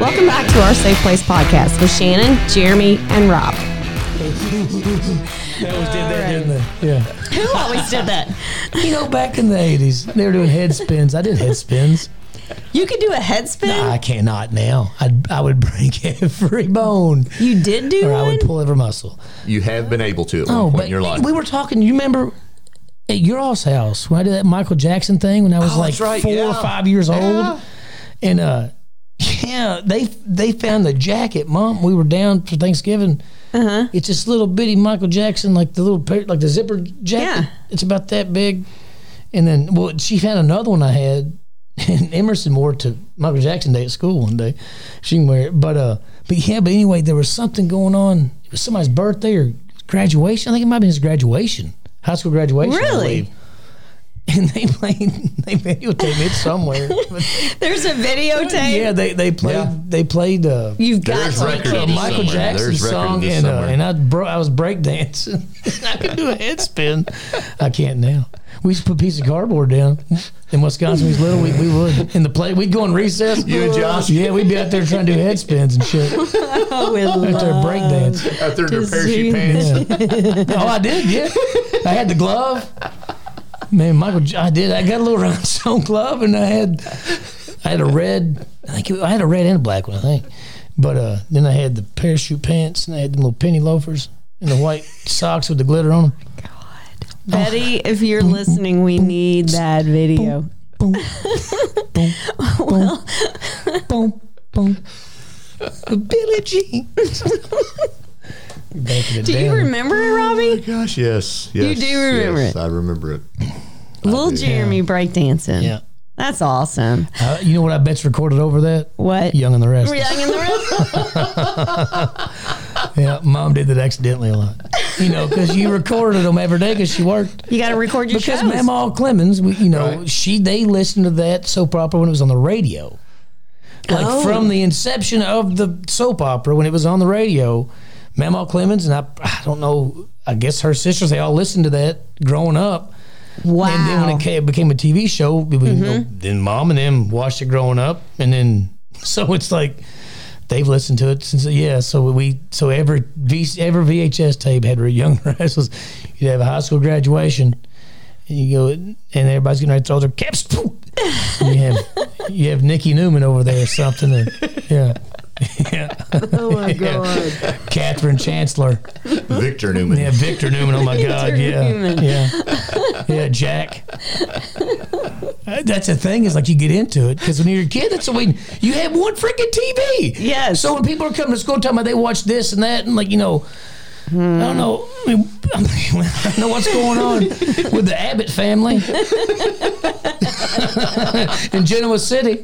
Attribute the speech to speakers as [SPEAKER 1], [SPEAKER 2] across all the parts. [SPEAKER 1] Welcome back to our Safe Place podcast with Shannon, Jeremy, and Rob.
[SPEAKER 2] They always did that, didn't they? Yeah.
[SPEAKER 1] Who always did that?
[SPEAKER 2] You know, back in the 80s, they were doing head spins. I did head spins.
[SPEAKER 1] You could do a head spin.
[SPEAKER 2] I cannot now. I'd, I would break every bone.
[SPEAKER 1] You did do
[SPEAKER 2] Or I
[SPEAKER 1] one.
[SPEAKER 2] would pull every muscle.
[SPEAKER 3] You have been able to at one
[SPEAKER 2] Oh,
[SPEAKER 3] point
[SPEAKER 2] but
[SPEAKER 3] in your life.
[SPEAKER 2] we were talking. You remember at your all's house when I did that Michael Jackson thing when I was
[SPEAKER 3] Oh,
[SPEAKER 2] like
[SPEAKER 3] that's right,
[SPEAKER 2] four or
[SPEAKER 3] yeah.
[SPEAKER 2] five years
[SPEAKER 3] Yeah.
[SPEAKER 2] old, and uh, yeah, they they found the jacket, Mom. We were down for Thanksgiving. Uh-huh. It's this little bitty Michael Jackson, like the little pa- like the zipper jacket.
[SPEAKER 1] Yeah.
[SPEAKER 2] It's about that big, and then well, she found another one I had. And Emerson wore it to Michael Jackson Day at school one day. She can wear it, but uh, but yeah, but anyway, there was something going on. It was somebody's birthday or graduation. I think it might have been his graduation, high school graduation. I
[SPEAKER 1] Really?
[SPEAKER 2] believe. And they played. They videotaped it somewhere. But
[SPEAKER 1] There's a videotape.
[SPEAKER 2] yeah, they they played.
[SPEAKER 3] Yeah.
[SPEAKER 2] They played. Uh,
[SPEAKER 1] You've got
[SPEAKER 3] There's
[SPEAKER 1] to be
[SPEAKER 3] record
[SPEAKER 1] kidding.
[SPEAKER 3] of
[SPEAKER 1] me.
[SPEAKER 2] Michael
[SPEAKER 3] somewhere.
[SPEAKER 2] Jackson
[SPEAKER 3] There's record
[SPEAKER 2] song
[SPEAKER 3] of this
[SPEAKER 2] and, uh,
[SPEAKER 3] somewhere.
[SPEAKER 2] and I bro I was breakdancing. I could do a head spin. I can't now. We used to put a piece of cardboard down in Wisconsin. When we was little. We, we would in the play. We'd go on recess.
[SPEAKER 3] You and Josh?
[SPEAKER 2] Yeah, we'd be out there trying to do head spins and shit. Out
[SPEAKER 1] Oh, we
[SPEAKER 2] there
[SPEAKER 1] love-
[SPEAKER 2] breakdance.
[SPEAKER 3] out there in their
[SPEAKER 1] to
[SPEAKER 3] parachute
[SPEAKER 1] zoom
[SPEAKER 3] pants.
[SPEAKER 2] Oh, I did. Yeah, I had the glove. Man, Michael, J- I did. I got a little rhinestone glove, and I had, I had a red. I think it, I had a red and a black one. I think, but uh, then I had the parachute pants, and I had them little penny loafers and the white socks with the glitter on them.
[SPEAKER 1] Betty, if you're listening, we need that video.
[SPEAKER 2] Boom, boom, boom, boom, boom. Billy Jean. Back in the
[SPEAKER 1] Do
[SPEAKER 2] day.
[SPEAKER 1] you remember it, Robbie?
[SPEAKER 3] Oh Gosh, yes, yes.
[SPEAKER 1] do remember
[SPEAKER 3] yes,
[SPEAKER 1] it.
[SPEAKER 3] I remember it.
[SPEAKER 1] Little
[SPEAKER 3] do.
[SPEAKER 1] Jeremy breakdancing.
[SPEAKER 2] Yeah.
[SPEAKER 1] That's awesome.
[SPEAKER 2] Uh, you know what I bet's recorded over that?
[SPEAKER 1] What?
[SPEAKER 2] Young and the Restless.
[SPEAKER 1] Young in the room?
[SPEAKER 2] Yeah, mom did that accidentally a lot. You know, because you recorded them every day because she worked.
[SPEAKER 1] You got to record your
[SPEAKER 2] Because
[SPEAKER 1] shows.
[SPEAKER 2] Mamaw Clemens, we, you know,
[SPEAKER 3] Right.
[SPEAKER 2] she they listened to that soap opera when it was on the radio. Like
[SPEAKER 1] Oh.
[SPEAKER 2] from the inception of the soap opera when it was on the radio, Mamaw Clemens and I, I don't know, I guess her sisters, they all listened to that growing up.
[SPEAKER 1] wow.
[SPEAKER 2] And then when it came, became a TV show, we- we- you know, then mom and them watched it growing up, and then so it's like they've listened to it since yeah. So we so every v, every VHS tape had her young wrestlers. You'd have a high school graduation, and you go and everybody's getting ready to throw their caps. Poof! And you have you have Nikki Newman over there or something. and- yeah. Yeah,
[SPEAKER 1] oh, my God.
[SPEAKER 2] Catherine Chancellor.
[SPEAKER 3] Victor Newman.
[SPEAKER 2] Yeah, Victor Newman. Oh my God. Yeah,
[SPEAKER 1] Newman.
[SPEAKER 2] yeah, yeah. Jack. Uh, That's the thing is like you get into it because when you're a kid, that's the way you have one freaking TV.
[SPEAKER 1] Yes.
[SPEAKER 2] So when people are coming to school, talking about they watch this and that, and like you know. I don't know. I mean, I mean, I don't know what's going on with the Abbott family in Genoa City,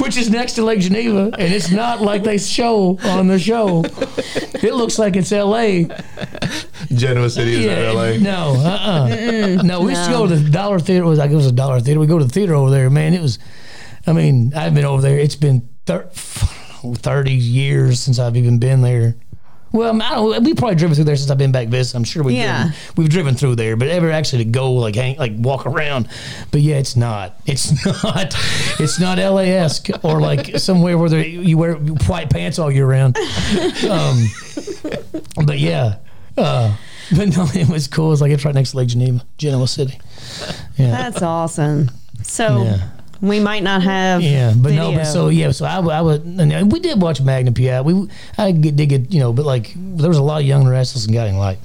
[SPEAKER 2] which is next to Lake Geneva, and it's not like they show on the show. It looks like it's L.A.
[SPEAKER 3] Genoa City is
[SPEAKER 2] Yeah,
[SPEAKER 3] not LA.
[SPEAKER 2] No, uh-uh. no, we used to go to the Dollar Theater. It was like it was a Dollar Theater. We go to the theater over there, man. It was, I mean, I've been over there. It's been thir- 30 years since I've even been there. Well, I don't, we probably driven through there since I've been back visiting. I'm sure we've
[SPEAKER 1] Yeah.
[SPEAKER 2] driven, we've driven through there, but ever actually to go like hang like walk around. But yeah, it's not. It's not. It's not LAesque or like somewhere where they, you wear white pants all year round. Um, but yeah, uh, but no, it was cool. It's like it's right next to Lake Geneva, Genoa City. Yeah,
[SPEAKER 1] That's awesome. So
[SPEAKER 2] Yeah.
[SPEAKER 1] we might not have.
[SPEAKER 2] yeah. But no,
[SPEAKER 1] video.
[SPEAKER 2] but so yeah, so I, would- I would. And we did watch Magna PI. We I get, did get you know, but like there was a lot of young and restless and guiding light,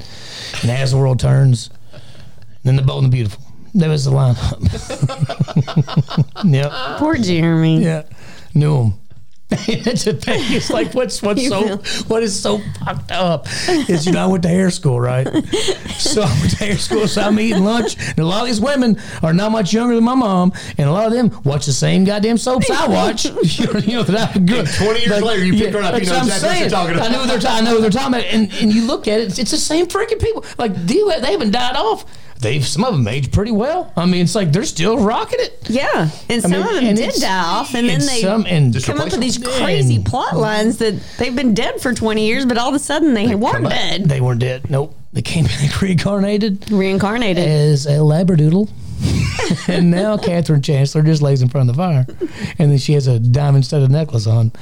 [SPEAKER 2] and as the world turns, and then the bold and the beautiful. That was the lineup. yep.
[SPEAKER 1] Poor Jeremy.
[SPEAKER 2] Yeah. Knew him. it's a thing. It's like what's what's
[SPEAKER 1] You
[SPEAKER 2] so what is so fucked up is you know I went to hair school, right? So I went to hair school, so I'm eating lunch, and a lot of these women are not much younger than my mom, and a lot of them watch the same goddamn soaps I watch. you know, that I grew-
[SPEAKER 3] 20 years later, you picked right up, you know
[SPEAKER 2] that's
[SPEAKER 3] exactly what you're talking about.
[SPEAKER 2] I know what they're talking. I know what they're talking about, and, and you look at it, it's the same freaking people. Like they, they haven't died off. They've some of them aged pretty well. I mean, it's like they're still rocking it.
[SPEAKER 1] Yeah. And some
[SPEAKER 2] mean,
[SPEAKER 1] of them
[SPEAKER 2] and
[SPEAKER 1] did
[SPEAKER 2] it's-
[SPEAKER 1] die off, and then
[SPEAKER 2] and
[SPEAKER 1] they
[SPEAKER 2] some- and
[SPEAKER 3] Just
[SPEAKER 1] come up with these
[SPEAKER 2] replacement.
[SPEAKER 1] crazy
[SPEAKER 2] And-
[SPEAKER 1] plot lines that they've been dead for 20 years, but all of a sudden they, weren't
[SPEAKER 2] Come on.
[SPEAKER 1] dead.
[SPEAKER 2] They weren't dead. Nope. They came back reincarnated
[SPEAKER 1] Reincarnated.
[SPEAKER 2] as a labradoodle. and now Catherine Chancellor just lays in front of the fire, and then she has a diamond studded necklace on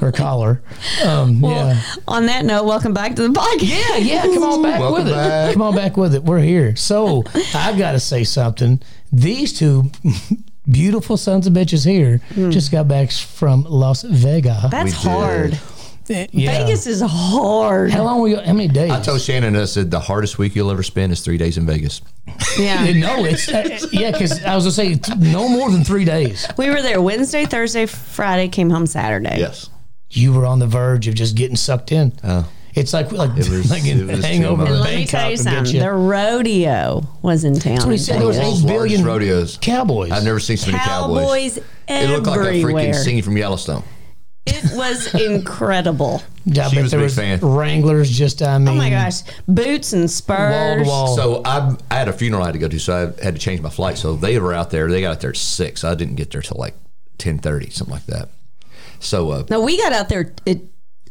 [SPEAKER 2] her collar. Um,
[SPEAKER 1] Well,
[SPEAKER 2] yeah,
[SPEAKER 1] on that note, welcome back to the podcast.
[SPEAKER 2] yeah, yeah. Come on back
[SPEAKER 3] Welcome
[SPEAKER 2] with it.
[SPEAKER 3] back.
[SPEAKER 2] Come on back with it. We're here. So I got to say something. These two beautiful sons of bitches here
[SPEAKER 1] Hmm.
[SPEAKER 2] just got back from Las Vegas.
[SPEAKER 1] That's
[SPEAKER 3] We did.
[SPEAKER 1] hard.
[SPEAKER 2] Yeah.
[SPEAKER 1] Vegas is hard.
[SPEAKER 2] How long were you? How many days?
[SPEAKER 3] I told Shannon, I said, the hardest week you'll ever spend is three days in Vegas.
[SPEAKER 1] Yeah.
[SPEAKER 2] no, it's uh, yeah, because I was gonna say th- no more than three days.
[SPEAKER 1] We were there Wednesday, Thursday, Friday, came home Saturday.
[SPEAKER 3] Yes.
[SPEAKER 2] You were on the verge of just getting sucked in.
[SPEAKER 3] Oh.
[SPEAKER 2] It's like like,
[SPEAKER 3] was-
[SPEAKER 2] like in
[SPEAKER 3] it was
[SPEAKER 2] hangover.
[SPEAKER 3] too much.
[SPEAKER 2] in
[SPEAKER 1] And let me
[SPEAKER 2] Bangkok
[SPEAKER 1] tell you
[SPEAKER 2] and get
[SPEAKER 1] something. The rodeo was in town.
[SPEAKER 2] That's what he said. There was
[SPEAKER 1] Vegas.
[SPEAKER 2] eight
[SPEAKER 3] World's largest
[SPEAKER 2] billion
[SPEAKER 3] rodeos.
[SPEAKER 2] cowboys.
[SPEAKER 3] I've never seen so many cowboys.
[SPEAKER 1] Cowboys
[SPEAKER 3] It looked like a freaking
[SPEAKER 1] everywhere.
[SPEAKER 3] scene from Yellowstone.
[SPEAKER 1] It was incredible.
[SPEAKER 2] Yeah, I
[SPEAKER 3] She
[SPEAKER 2] bet
[SPEAKER 3] was a
[SPEAKER 2] there
[SPEAKER 3] big
[SPEAKER 2] was
[SPEAKER 3] fan.
[SPEAKER 2] Wranglers. Just I mean,
[SPEAKER 1] Oh my gosh. Boots and
[SPEAKER 2] Mm. wall to
[SPEAKER 1] spurs.
[SPEAKER 2] wall.
[SPEAKER 3] So I, I had a funeral I had to go to, so I had to change my flight. So they were out there. They got out there at six. I didn't get there till like ten thirty, something like that. So uh,
[SPEAKER 1] No, we got out there at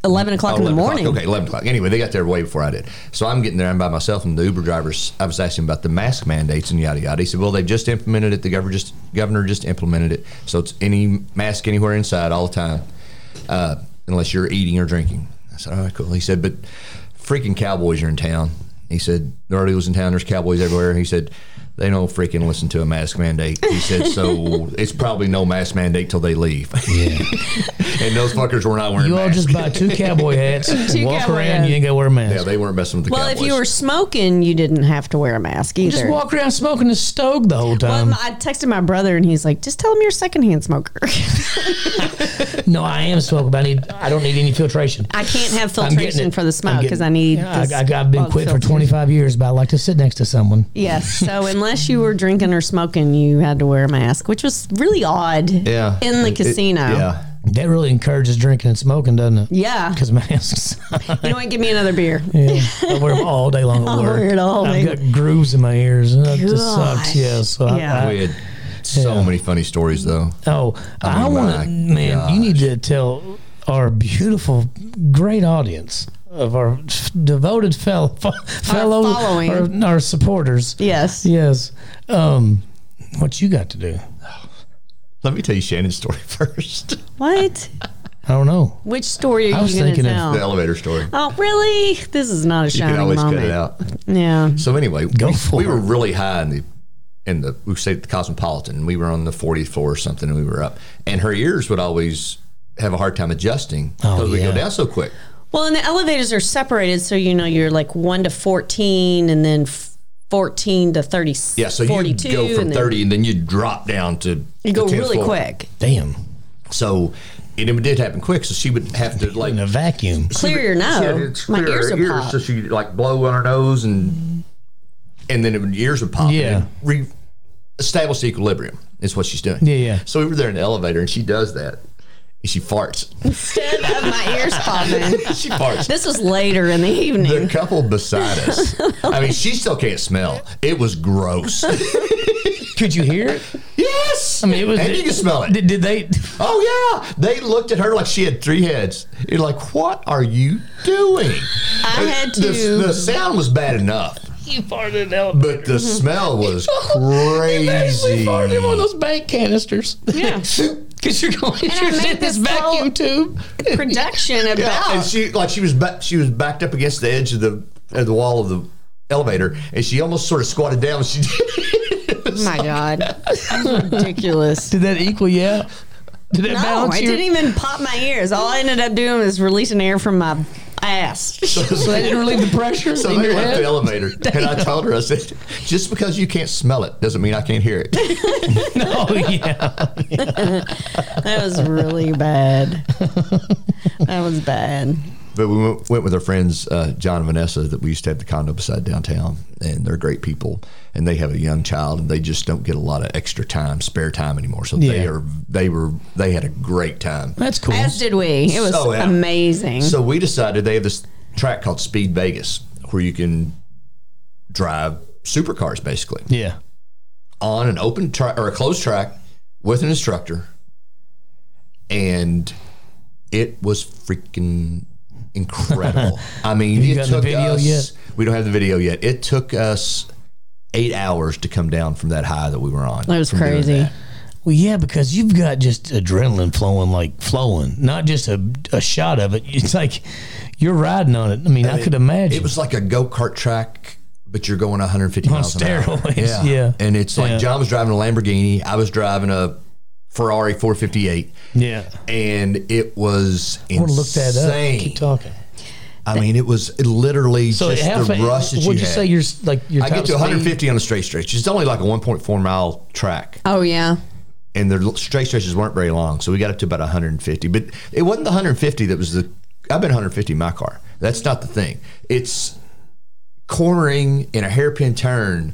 [SPEAKER 1] 11 o'clock in the
[SPEAKER 3] 11
[SPEAKER 1] morning.
[SPEAKER 3] O'clock. Okay, eleven o'clock. Anyway, they got there way before I did. So I'm getting there. I'm by myself, and the Uber drivers. I was asking about the mask mandates and yada yada. He said, "Well, they've just implemented it. The governor just governor just implemented it. So it's any mask anywhere inside all the time, uh, unless you're eating or drinking." I said, "All right, cool." He said, "But freaking cowboys are in town." He said, "The rodeo was in town. There's cowboys everywhere." He said. They don't freaking listen to a mask mandate. He said, so it's probably no mask mandate till they leave. Yeah. and those fuckers were not wearing
[SPEAKER 2] You all
[SPEAKER 3] masks.
[SPEAKER 2] just buy two cowboy hats,
[SPEAKER 1] Two
[SPEAKER 2] walk
[SPEAKER 1] cowboy
[SPEAKER 2] around.
[SPEAKER 1] hats.
[SPEAKER 2] You ain't got to wear a mask.
[SPEAKER 3] Yeah, they weren't messing with the
[SPEAKER 1] Well,
[SPEAKER 3] Cowboys.
[SPEAKER 1] if you were smoking, you didn't have to wear a mask either.
[SPEAKER 2] just walk around smoking a stove the whole
[SPEAKER 1] Well,
[SPEAKER 2] time.
[SPEAKER 1] I texted my brother and he's like, just tell him you're a secondhand smoker.
[SPEAKER 2] no, I am smoking. But I need. I don't need any filtration.
[SPEAKER 1] I can't have
[SPEAKER 2] I'm getting
[SPEAKER 1] filtration
[SPEAKER 2] it.
[SPEAKER 1] for the
[SPEAKER 2] I'm
[SPEAKER 1] smoke
[SPEAKER 2] getting-
[SPEAKER 1] because I need.
[SPEAKER 2] Yeah,
[SPEAKER 1] this
[SPEAKER 2] I, I, I've been
[SPEAKER 1] bug
[SPEAKER 2] quit for
[SPEAKER 1] filter.
[SPEAKER 2] 25 years, but I like to sit next to someone.
[SPEAKER 1] Yes. So unless you were drinking or smoking, you had to wear a mask, which was really odd.
[SPEAKER 3] yeah,
[SPEAKER 1] In the
[SPEAKER 3] It- it-
[SPEAKER 1] casino.
[SPEAKER 3] yeah,
[SPEAKER 2] That really encourages drinking and smoking, doesn't it?
[SPEAKER 1] Yeah.
[SPEAKER 2] Because masks.
[SPEAKER 1] You know what? Give me another beer.
[SPEAKER 2] yeah. I wear them all day long at
[SPEAKER 1] I'll
[SPEAKER 2] work.
[SPEAKER 1] wear it all
[SPEAKER 2] I've
[SPEAKER 1] day.
[SPEAKER 2] got grooves in my ears. and That just
[SPEAKER 1] Gosh.
[SPEAKER 2] sucks. Yeah. So I-
[SPEAKER 1] Yeah.
[SPEAKER 2] I,
[SPEAKER 3] we had so
[SPEAKER 2] Yeah.
[SPEAKER 3] many funny stories though.
[SPEAKER 2] Oh, I,
[SPEAKER 3] mean,
[SPEAKER 2] want
[SPEAKER 3] my
[SPEAKER 2] to, man. You need to tell our beautiful, great audience of our f- devoted fellow, fellow,
[SPEAKER 1] following.
[SPEAKER 2] our, our supporters.
[SPEAKER 1] Yes.
[SPEAKER 2] Yes, um, what you got to do?
[SPEAKER 3] Let me tell you Shannon's story first.
[SPEAKER 1] What?
[SPEAKER 2] I don't know.
[SPEAKER 1] Which story
[SPEAKER 2] I
[SPEAKER 1] are
[SPEAKER 2] was
[SPEAKER 1] you going to
[SPEAKER 2] thinking of
[SPEAKER 1] tell?
[SPEAKER 3] the elevator story.
[SPEAKER 1] Oh, really? This is not a
[SPEAKER 3] You can
[SPEAKER 1] shining
[SPEAKER 3] always
[SPEAKER 1] moment.
[SPEAKER 3] cut it out.
[SPEAKER 1] Yeah.
[SPEAKER 3] So anyway,
[SPEAKER 2] Go
[SPEAKER 3] we,
[SPEAKER 2] for
[SPEAKER 3] we were
[SPEAKER 2] it.
[SPEAKER 3] really high in the in the we stayed at the Cosmopolitan. We were on the 40th floor or something, and we were up. And her ears would always have a hard time adjusting because we
[SPEAKER 2] yeah.
[SPEAKER 3] go down so quick.
[SPEAKER 1] Well, and the elevators are separated, so you know you're like one to fourteen, and then f- fourteen to thirty.
[SPEAKER 3] Yeah, so you
[SPEAKER 1] 42,
[SPEAKER 3] go from
[SPEAKER 1] and then
[SPEAKER 3] 30, and then you drop down to
[SPEAKER 1] You go
[SPEAKER 3] the 10th
[SPEAKER 1] really
[SPEAKER 3] floor.
[SPEAKER 1] quick.
[SPEAKER 2] Damn,
[SPEAKER 3] So and it did happen quick. So she would have to like
[SPEAKER 2] in a vacuum.
[SPEAKER 1] Clear your nose. Oh, My ears are
[SPEAKER 3] So
[SPEAKER 1] popped.
[SPEAKER 3] she like blow on her nose and and then it would, ears would pop.
[SPEAKER 2] Yeah.
[SPEAKER 3] And re- establish the equilibrium is what she's doing.
[SPEAKER 2] Yeah, yeah.
[SPEAKER 3] So we were there in the elevator and she does that. And she farts.
[SPEAKER 1] Instead of my ears popping.
[SPEAKER 3] she farts.
[SPEAKER 1] This was later in the
[SPEAKER 3] The
[SPEAKER 1] evening.
[SPEAKER 3] couple beside us. I mean, she still can't smell. It was gross.
[SPEAKER 2] Could you hear it?
[SPEAKER 3] yes.
[SPEAKER 2] I mean, it was.
[SPEAKER 3] And you can smell it.
[SPEAKER 2] Did, did they?
[SPEAKER 3] Oh yeah. They looked at her like she had three heads. You're like, what are you doing?
[SPEAKER 1] I had to.
[SPEAKER 3] The, the sound was bad enough.
[SPEAKER 2] You farted out.
[SPEAKER 3] But the smell was
[SPEAKER 2] Basically
[SPEAKER 3] crazy.
[SPEAKER 2] farted in one of those bank canisters.
[SPEAKER 1] Yeah.
[SPEAKER 2] Because you're going
[SPEAKER 1] I
[SPEAKER 2] you're
[SPEAKER 1] made
[SPEAKER 2] in this
[SPEAKER 1] this whole-
[SPEAKER 2] vacuum tube.
[SPEAKER 1] Production about.
[SPEAKER 3] Yeah, and she like she was ba- she was backed up against the edge of the of the wall of the elevator, and she almost sort of squatted down. She
[SPEAKER 1] my God. Ridiculous.
[SPEAKER 2] Did that equal you out? Did that
[SPEAKER 1] No,
[SPEAKER 2] balance
[SPEAKER 1] I
[SPEAKER 2] you?
[SPEAKER 1] didn't even pop my ears. All I ended up doing was releasing air from my ass.
[SPEAKER 2] So that
[SPEAKER 3] did.
[SPEAKER 2] didn't relieve the pressure
[SPEAKER 3] So
[SPEAKER 2] in
[SPEAKER 3] they
[SPEAKER 2] your
[SPEAKER 3] left the
[SPEAKER 2] head?
[SPEAKER 3] elevator, and I told her, I said, "Just because you can't smell it doesn't mean I can't hear it."
[SPEAKER 2] Oh, yeah.
[SPEAKER 1] That was really bad. That was bad.
[SPEAKER 3] But we went, went with our friends uh, John and Vanessa that we used to have the condo beside downtown, and they're great people. And they have a young child, and they just don't get a lot of extra time, spare time anymore. So they
[SPEAKER 2] Yeah.
[SPEAKER 3] are they were they had a great time.
[SPEAKER 2] That's cool.
[SPEAKER 1] As did we. It was
[SPEAKER 3] So, yeah.
[SPEAKER 2] Hmm?
[SPEAKER 1] amazing.
[SPEAKER 3] So we decided they have this track called Speed Vegas where you can drive supercars basically
[SPEAKER 2] yeah.
[SPEAKER 3] on an open track or a closed track with an instructor. And it was freaking incredible. I mean,
[SPEAKER 2] You
[SPEAKER 3] it
[SPEAKER 2] got the
[SPEAKER 3] took
[SPEAKER 2] video
[SPEAKER 3] us,
[SPEAKER 2] yet?
[SPEAKER 3] we don't have the video yet. It took us eight hours to come down from that high that we were on.
[SPEAKER 1] That was
[SPEAKER 3] from doing
[SPEAKER 1] crazy.
[SPEAKER 3] that.
[SPEAKER 2] Well, yeah, because you've got just adrenaline flowing, like flowing, not just a, a shot of it. It's like you're riding on it. I mean, I, could imagine.
[SPEAKER 3] It was like a go kart track, but you're going 150
[SPEAKER 2] On
[SPEAKER 3] miles an hour.
[SPEAKER 2] steroids, yeah.
[SPEAKER 3] And it's like
[SPEAKER 2] Yeah.
[SPEAKER 3] John was driving a Lamborghini, I was driving a Ferrari 458,
[SPEAKER 2] yeah.
[SPEAKER 3] and it was
[SPEAKER 2] I want to look that up.
[SPEAKER 3] insane.
[SPEAKER 2] Keep talking.
[SPEAKER 3] I mean, it was literally
[SPEAKER 2] So
[SPEAKER 3] just
[SPEAKER 2] half
[SPEAKER 3] the
[SPEAKER 2] a-
[SPEAKER 3] rush that
[SPEAKER 2] would
[SPEAKER 3] you,
[SPEAKER 2] you,
[SPEAKER 3] had.
[SPEAKER 2] say you're like your
[SPEAKER 3] I get
[SPEAKER 2] top
[SPEAKER 3] to
[SPEAKER 2] speed?
[SPEAKER 3] 150 on a straight stretch. It's only like a 1.4 mile track,
[SPEAKER 1] Oh yeah.
[SPEAKER 3] and the straight stretches weren't very long, so we got up to about 150. But it wasn't the 150 that was the. I've been 150 in my car. That's not the thing. It's cornering in a hairpin turn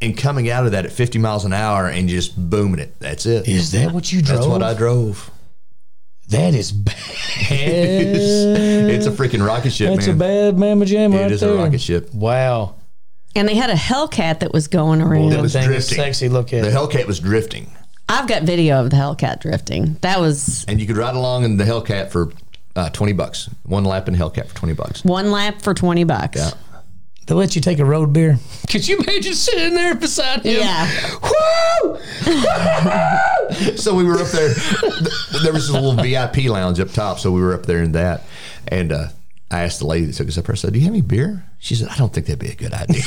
[SPEAKER 3] and coming out of that at 50 miles an hour and just booming it. That's it.
[SPEAKER 2] Is that what you drove?
[SPEAKER 3] That's what I drove.
[SPEAKER 2] That is bad.
[SPEAKER 3] it's a freaking rocket ship,
[SPEAKER 2] That's
[SPEAKER 3] man.
[SPEAKER 2] a bad mamma jam
[SPEAKER 3] It
[SPEAKER 2] right
[SPEAKER 3] is a
[SPEAKER 2] there.
[SPEAKER 3] rocket ship.
[SPEAKER 2] Wow.
[SPEAKER 1] And they had a Hellcat that was going around.
[SPEAKER 3] that was
[SPEAKER 2] Thing is
[SPEAKER 3] drifting.
[SPEAKER 2] sexy. Look at
[SPEAKER 3] the
[SPEAKER 2] it.
[SPEAKER 3] Hellcat was drifting,
[SPEAKER 1] I've got video of the Hellcat drifting. That was
[SPEAKER 3] and you could ride along in the Hellcat for uh, 20 bucks. One lap in the Hellcat for 20 bucks.
[SPEAKER 1] one lap for twenty bucks.
[SPEAKER 3] Yeah.
[SPEAKER 2] They let you take a road beer. Could you imagine sitting there beside him?
[SPEAKER 1] Yeah.
[SPEAKER 2] Woo!
[SPEAKER 3] so we were up there. th- There was a little VIP lounge up top, so we were up there in that. And uh, I asked the lady that took us up there. I said, "Do you have any beer?" She said, "I don't think that'd be a good idea."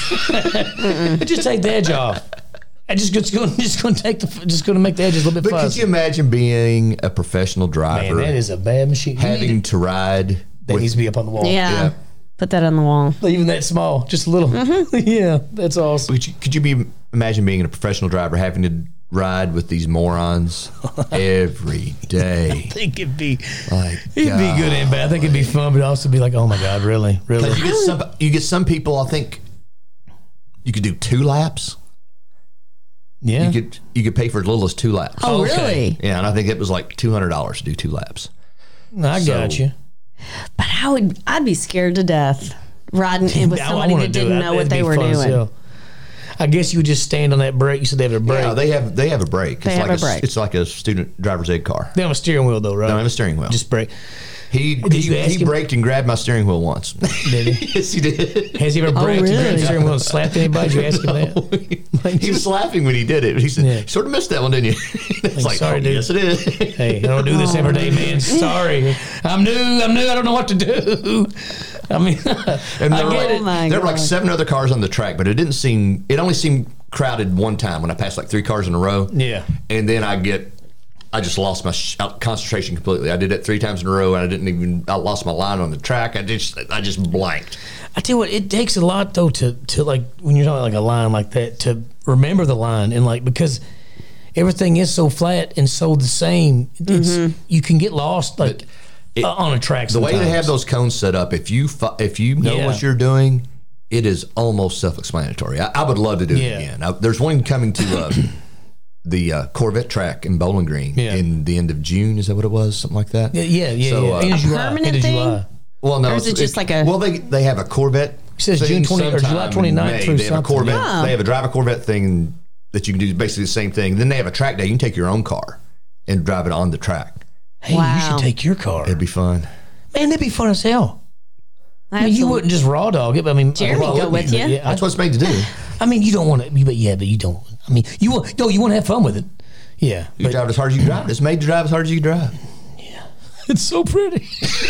[SPEAKER 2] Just take the edge off. I just just going just going to take the just going to make the edges a little bit
[SPEAKER 3] but could
[SPEAKER 2] fuzzy.
[SPEAKER 3] you imagine being a professional driver,
[SPEAKER 2] Man, that is a bad machine. You need
[SPEAKER 3] having to ride?
[SPEAKER 2] That
[SPEAKER 3] with-
[SPEAKER 2] needs to be up on the wall.
[SPEAKER 1] Yeah.
[SPEAKER 3] Yeah.
[SPEAKER 1] Put that on the wall.
[SPEAKER 2] Even that small, just a little. yeah, that's awesome.
[SPEAKER 3] could you, could you be imagine being a professional driver having to ride with these morons every day?
[SPEAKER 2] I think it'd be,
[SPEAKER 3] Like,
[SPEAKER 2] it'd be good and bad. I think it'd be fun, but also be like, oh my god, really, really.
[SPEAKER 3] You get some. You get some people. I think you could do two laps.
[SPEAKER 2] Yeah,
[SPEAKER 3] You could you could pay for as little as two laps.
[SPEAKER 1] Oh
[SPEAKER 2] Okay.
[SPEAKER 1] really?
[SPEAKER 3] Yeah, and I think it was like two hundred dollars to do two laps.
[SPEAKER 2] I got
[SPEAKER 3] so-
[SPEAKER 2] you.
[SPEAKER 1] But I would I'd be scared to death riding in with
[SPEAKER 2] I
[SPEAKER 1] somebody
[SPEAKER 2] wanna
[SPEAKER 1] that
[SPEAKER 2] do
[SPEAKER 1] didn't
[SPEAKER 2] it.
[SPEAKER 1] know what
[SPEAKER 2] That'd
[SPEAKER 1] they
[SPEAKER 2] be
[SPEAKER 1] were
[SPEAKER 2] fun as
[SPEAKER 1] doing.
[SPEAKER 2] hell. I guess you would just stand on that brake. You said they have a brake.
[SPEAKER 3] Yeah,
[SPEAKER 2] they,
[SPEAKER 3] Uh, they have they have a break.
[SPEAKER 1] They
[SPEAKER 3] it's
[SPEAKER 1] have
[SPEAKER 3] like
[SPEAKER 1] a break.
[SPEAKER 3] It's like a student driver's ed car.
[SPEAKER 2] have a steering wheel though, right?
[SPEAKER 3] I don't have a steering wheel.
[SPEAKER 2] just brake.
[SPEAKER 3] he
[SPEAKER 2] you
[SPEAKER 3] he,
[SPEAKER 2] ask
[SPEAKER 3] he
[SPEAKER 2] him-
[SPEAKER 3] braked and grabbed my steering wheel once.
[SPEAKER 2] Did he?
[SPEAKER 3] yes, he did.
[SPEAKER 2] Has he ever braked? He grabbed
[SPEAKER 1] Oh, really?
[SPEAKER 2] the steering wheel and slapped anybody? Did you ask him that?
[SPEAKER 3] he was laughing when he did it. He said,
[SPEAKER 2] Yeah.
[SPEAKER 3] "Sort of missed that one, didn't you?" it's like,
[SPEAKER 2] sorry,
[SPEAKER 3] "Oh,
[SPEAKER 2] dude."
[SPEAKER 3] Yes, it is.
[SPEAKER 2] Hey, I don't do this every
[SPEAKER 1] Oh.
[SPEAKER 2] day, man. Sorry, I'm new. I'm new. I don't know what to do. I mean,
[SPEAKER 3] And
[SPEAKER 2] I
[SPEAKER 3] there
[SPEAKER 2] get
[SPEAKER 3] were like,
[SPEAKER 2] it.
[SPEAKER 1] Oh my
[SPEAKER 3] there were like
[SPEAKER 1] God.
[SPEAKER 3] seven other cars on the track, but it didn't seem. It only seemed crowded one time when I passed like three cars in a row.
[SPEAKER 2] Yeah.
[SPEAKER 3] and then I get, I just lost my sh- uh, concentration completely. I did it three times in a row, and I didn't even. I lost my line on the track. I just, I just blanked.
[SPEAKER 2] I tell you what, it takes a lot though to to like when you're talking like a line like that to remember the line and like because everything is so flat and so the same. It's
[SPEAKER 1] Mm-hmm.
[SPEAKER 2] you can get lost like
[SPEAKER 3] it-
[SPEAKER 2] uh, on a track.
[SPEAKER 3] The way they
[SPEAKER 2] sometimes.
[SPEAKER 3] have those cones set up, if you fi- if you know
[SPEAKER 2] Yeah.
[SPEAKER 3] what you're doing, it is almost self-explanatory. I, I would love to do
[SPEAKER 2] Yeah.
[SPEAKER 3] it again. I, there's one coming to uh, the uh, Corvette track in Bowling Green
[SPEAKER 2] Yeah.
[SPEAKER 3] in the end of June. Is that what it was? Something like that.
[SPEAKER 2] yeah, yeah, yeah.
[SPEAKER 3] So,
[SPEAKER 2] yeah.
[SPEAKER 3] uh,
[SPEAKER 2] End of
[SPEAKER 3] A
[SPEAKER 2] July,
[SPEAKER 1] permanent
[SPEAKER 2] end of
[SPEAKER 1] thing?
[SPEAKER 2] July.
[SPEAKER 3] Well, no,
[SPEAKER 1] Or is
[SPEAKER 3] it's-
[SPEAKER 1] it just like a-
[SPEAKER 3] Well, they they have a Corvette.
[SPEAKER 2] It says
[SPEAKER 3] thing
[SPEAKER 2] June 20 or
[SPEAKER 3] sometime
[SPEAKER 2] July
[SPEAKER 3] in
[SPEAKER 2] 29th
[SPEAKER 3] May.
[SPEAKER 2] through
[SPEAKER 3] They have a
[SPEAKER 2] something.
[SPEAKER 3] Corvette.
[SPEAKER 1] Yeah.
[SPEAKER 3] They have a drive a Corvette thing that you can do basically the same thing. Then they have a track day. You can take your own car and drive it on the track.
[SPEAKER 2] Hey, you
[SPEAKER 1] Wow.
[SPEAKER 2] should take your car.
[SPEAKER 3] It'd be fun.
[SPEAKER 2] Man, that'd be fun as hell. I mean,
[SPEAKER 1] That's
[SPEAKER 2] you
[SPEAKER 1] a-
[SPEAKER 2] wouldn't just raw dog it. but I mean,
[SPEAKER 1] Jeremy
[SPEAKER 2] well, I
[SPEAKER 1] go
[SPEAKER 2] wouldn't,
[SPEAKER 1] with
[SPEAKER 2] but
[SPEAKER 1] ya?
[SPEAKER 2] Yeah, I-
[SPEAKER 3] That's what it's made to do.
[SPEAKER 2] I mean, you don't want to, but yeah, but you don't. I mean, you want no, you want to have fun with it. Yeah,
[SPEAKER 3] You
[SPEAKER 2] but
[SPEAKER 3] drive it as hard as you can drive. it. It's made to drive as hard as you can drive.
[SPEAKER 2] it's so pretty.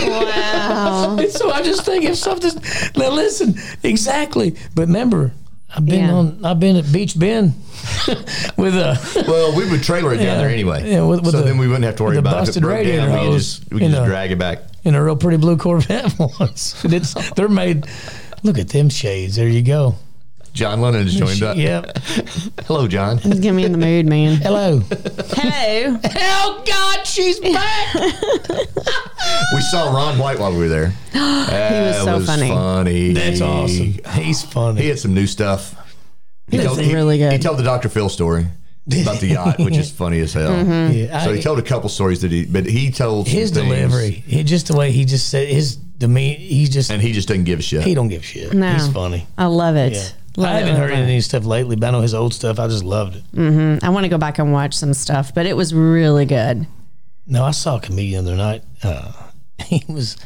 [SPEAKER 1] Wow.
[SPEAKER 2] And so I just think if something. Now listen, exactly. But remember, I've been
[SPEAKER 1] Yeah.
[SPEAKER 2] on. I've been at Beach Bend with a.
[SPEAKER 3] Well, we would trailer it down there anyway.
[SPEAKER 2] Yeah, with- with
[SPEAKER 3] so
[SPEAKER 2] the-
[SPEAKER 3] then we wouldn't have to worry
[SPEAKER 2] with the
[SPEAKER 3] about it. If it
[SPEAKER 2] busted
[SPEAKER 3] broke
[SPEAKER 2] radiator
[SPEAKER 3] down, we could
[SPEAKER 2] hose,
[SPEAKER 3] just, we
[SPEAKER 2] you
[SPEAKER 3] could just
[SPEAKER 2] know.
[SPEAKER 3] drag it back.
[SPEAKER 2] in a real pretty blue Corvette once. And it's, they're made. Look at them shades. There you go.
[SPEAKER 3] John Lennon has joined up.
[SPEAKER 2] Yep.
[SPEAKER 3] Hello, John.
[SPEAKER 1] Just get me in the mood, man.
[SPEAKER 2] Hello.
[SPEAKER 1] Hello.
[SPEAKER 2] oh God, she's back.
[SPEAKER 3] We saw Ron White while we were there. he was
[SPEAKER 1] so funny.
[SPEAKER 2] That's awesome. He's funny.
[SPEAKER 3] He had some new stuff. He
[SPEAKER 1] That's really good.
[SPEAKER 3] He told the Dr. Phil story about the yacht, which is funny as hell.
[SPEAKER 1] Mm-hmm.
[SPEAKER 2] Yeah,
[SPEAKER 3] So
[SPEAKER 2] I-
[SPEAKER 3] he told a couple stories that he, but he told some
[SPEAKER 2] his
[SPEAKER 3] things,
[SPEAKER 2] delivery, he, just the way he just said his demeanor, he just
[SPEAKER 3] and he just doesn't give a shit.
[SPEAKER 2] he don't give a shit.
[SPEAKER 1] No.
[SPEAKER 2] He's funny.
[SPEAKER 1] I love it. Love
[SPEAKER 2] I
[SPEAKER 1] it,
[SPEAKER 2] haven't
[SPEAKER 1] love
[SPEAKER 2] heard
[SPEAKER 1] it.
[SPEAKER 2] any of his stuff lately, but I know his old stuff. I just loved it.
[SPEAKER 1] I want to go back and watch some stuff, but it was really good.
[SPEAKER 2] No, I saw a comedian the other night. Uh, he was,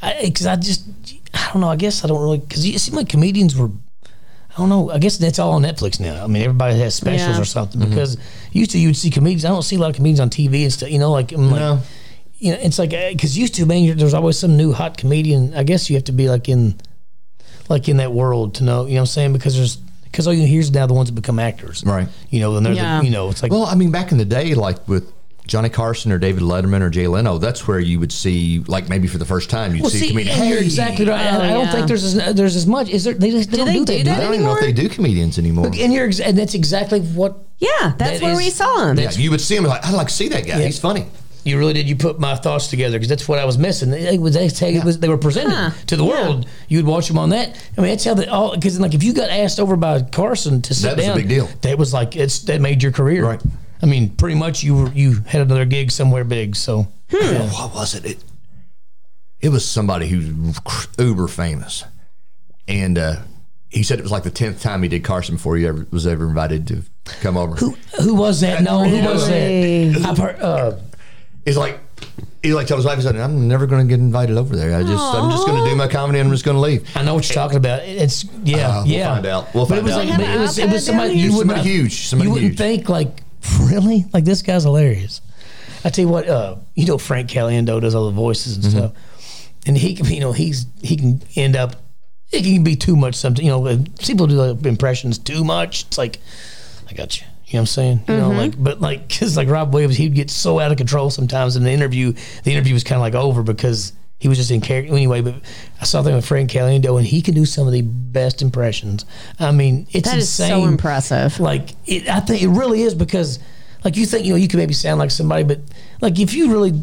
[SPEAKER 2] because I, 'cause I just, I don't know. I guess I don't really, because it seemed like comedians were, I don't know. I guess that's all on Netflix now. I mean, everybody has specials
[SPEAKER 1] Yeah.
[SPEAKER 2] or something
[SPEAKER 3] Mm-hmm.
[SPEAKER 2] because used to you'd see comedians. I don't see a lot of comedians on TV and stuff. You know, like, I'm like
[SPEAKER 3] No.
[SPEAKER 2] you know, it's like because used to man, you're, there's always some new hot comedian. I guess you have to be like in, like in that world to know. You know what I'm saying? Because there's because all you hear is now the ones that become actors,
[SPEAKER 3] Right.
[SPEAKER 2] You know, and they're
[SPEAKER 1] Yeah.
[SPEAKER 2] the, you know it's like
[SPEAKER 3] Well, I mean, back in the day, like with Johnny Carson or David Letterman or Jay Leno, that's where you would see, like maybe for the first time, you'd
[SPEAKER 2] Well,
[SPEAKER 3] see,
[SPEAKER 2] see,
[SPEAKER 3] a comedian.
[SPEAKER 2] you're
[SPEAKER 3] Hey!
[SPEAKER 2] exactly right.
[SPEAKER 1] Oh,
[SPEAKER 2] I, I don't
[SPEAKER 1] yeah.
[SPEAKER 2] think there's as, there's as much. Is there? They, just, they
[SPEAKER 1] Do
[SPEAKER 2] don't
[SPEAKER 1] they do
[SPEAKER 2] do that. do
[SPEAKER 1] that
[SPEAKER 3] I
[SPEAKER 2] they?
[SPEAKER 3] don't even know if they do comedians anymore.
[SPEAKER 2] And you're ex- and that's exactly what
[SPEAKER 1] Yeah, that's
[SPEAKER 2] That
[SPEAKER 1] where
[SPEAKER 2] is-
[SPEAKER 1] we saw him.
[SPEAKER 3] yeah, you would see him like, I'd like to see that guy. He's funny.
[SPEAKER 2] you really did. You put my thoughts together because that's what I was missing. They, was, that's how it was, they were presented
[SPEAKER 1] Huh.
[SPEAKER 2] to the world. You'd watch them on that. I mean, that's how they all. Because like if you got asked over by Carson to sit
[SPEAKER 3] That was a
[SPEAKER 2] down,
[SPEAKER 3] big deal.
[SPEAKER 2] That was like it's that made your career.
[SPEAKER 3] Right.
[SPEAKER 2] I mean, pretty much you were you had another gig somewhere big. So
[SPEAKER 1] Hmm.
[SPEAKER 3] Oh, what was it? It, it was somebody who's uber famous, and uh, he said it was like the tenth time he did Carson before he ever was ever invited to come over.
[SPEAKER 2] who was that? No, who was that? I've heard. Uh,
[SPEAKER 3] He's like, he like told his wife, he said, "I'm never going to get invited over there. I just, I'm just going to do my comedy and I'm just going to leave."
[SPEAKER 2] I know what you're talking about. It's yeah,
[SPEAKER 3] Uh, we'll
[SPEAKER 2] yeah.
[SPEAKER 3] find out. We'll
[SPEAKER 2] but it
[SPEAKER 3] find
[SPEAKER 2] was
[SPEAKER 3] out.
[SPEAKER 2] like
[SPEAKER 3] They
[SPEAKER 2] but
[SPEAKER 1] have
[SPEAKER 2] it
[SPEAKER 1] an
[SPEAKER 2] was it
[SPEAKER 1] outfit
[SPEAKER 2] was somebody
[SPEAKER 1] down here?
[SPEAKER 2] you would
[SPEAKER 3] Somebody
[SPEAKER 2] not,
[SPEAKER 3] huge, somebody
[SPEAKER 2] you wouldn't
[SPEAKER 3] huge.
[SPEAKER 2] think like really like this guy's hilarious. I tell you what, uh, you know Frank Caliendo does all the voices and stuff, and he can you know he's he can end up it can be too much something you know uh, people do like impressions too much. It's like I got you. You know what I'm saying? You
[SPEAKER 1] Mm-hmm.
[SPEAKER 2] know, like, but like, cause like Rob Williams, he'd get so out of control sometimes in the interview. The interview was kind of like over because he was just in character anyway. But I saw them with Frank Caliendo, and he can do some of the best impressions. I mean, it's
[SPEAKER 1] That is so
[SPEAKER 2] insane.
[SPEAKER 1] impressive.
[SPEAKER 2] Like, it, I think it really is because, like, you think you know you could maybe sound like somebody, but like if you really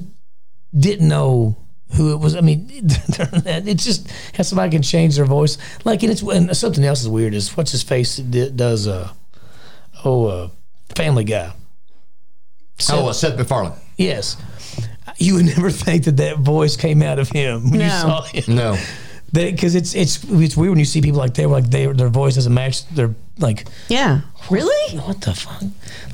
[SPEAKER 2] didn't know who it was. I mean, it's just how somebody can change their voice. Like, and it's and something else is weird is what's his face d- does. Uh, oh, uh, Family Guy.
[SPEAKER 3] Oh, uh, Seth MacFarlane.
[SPEAKER 2] Yes, you would never think that that voice came out of him when you
[SPEAKER 1] No.
[SPEAKER 2] saw him.
[SPEAKER 3] No,
[SPEAKER 2] Because it's it's it's weird when you see people like they were like they their voice doesn't match. They're like
[SPEAKER 1] Yeah, really?
[SPEAKER 2] what the fuck?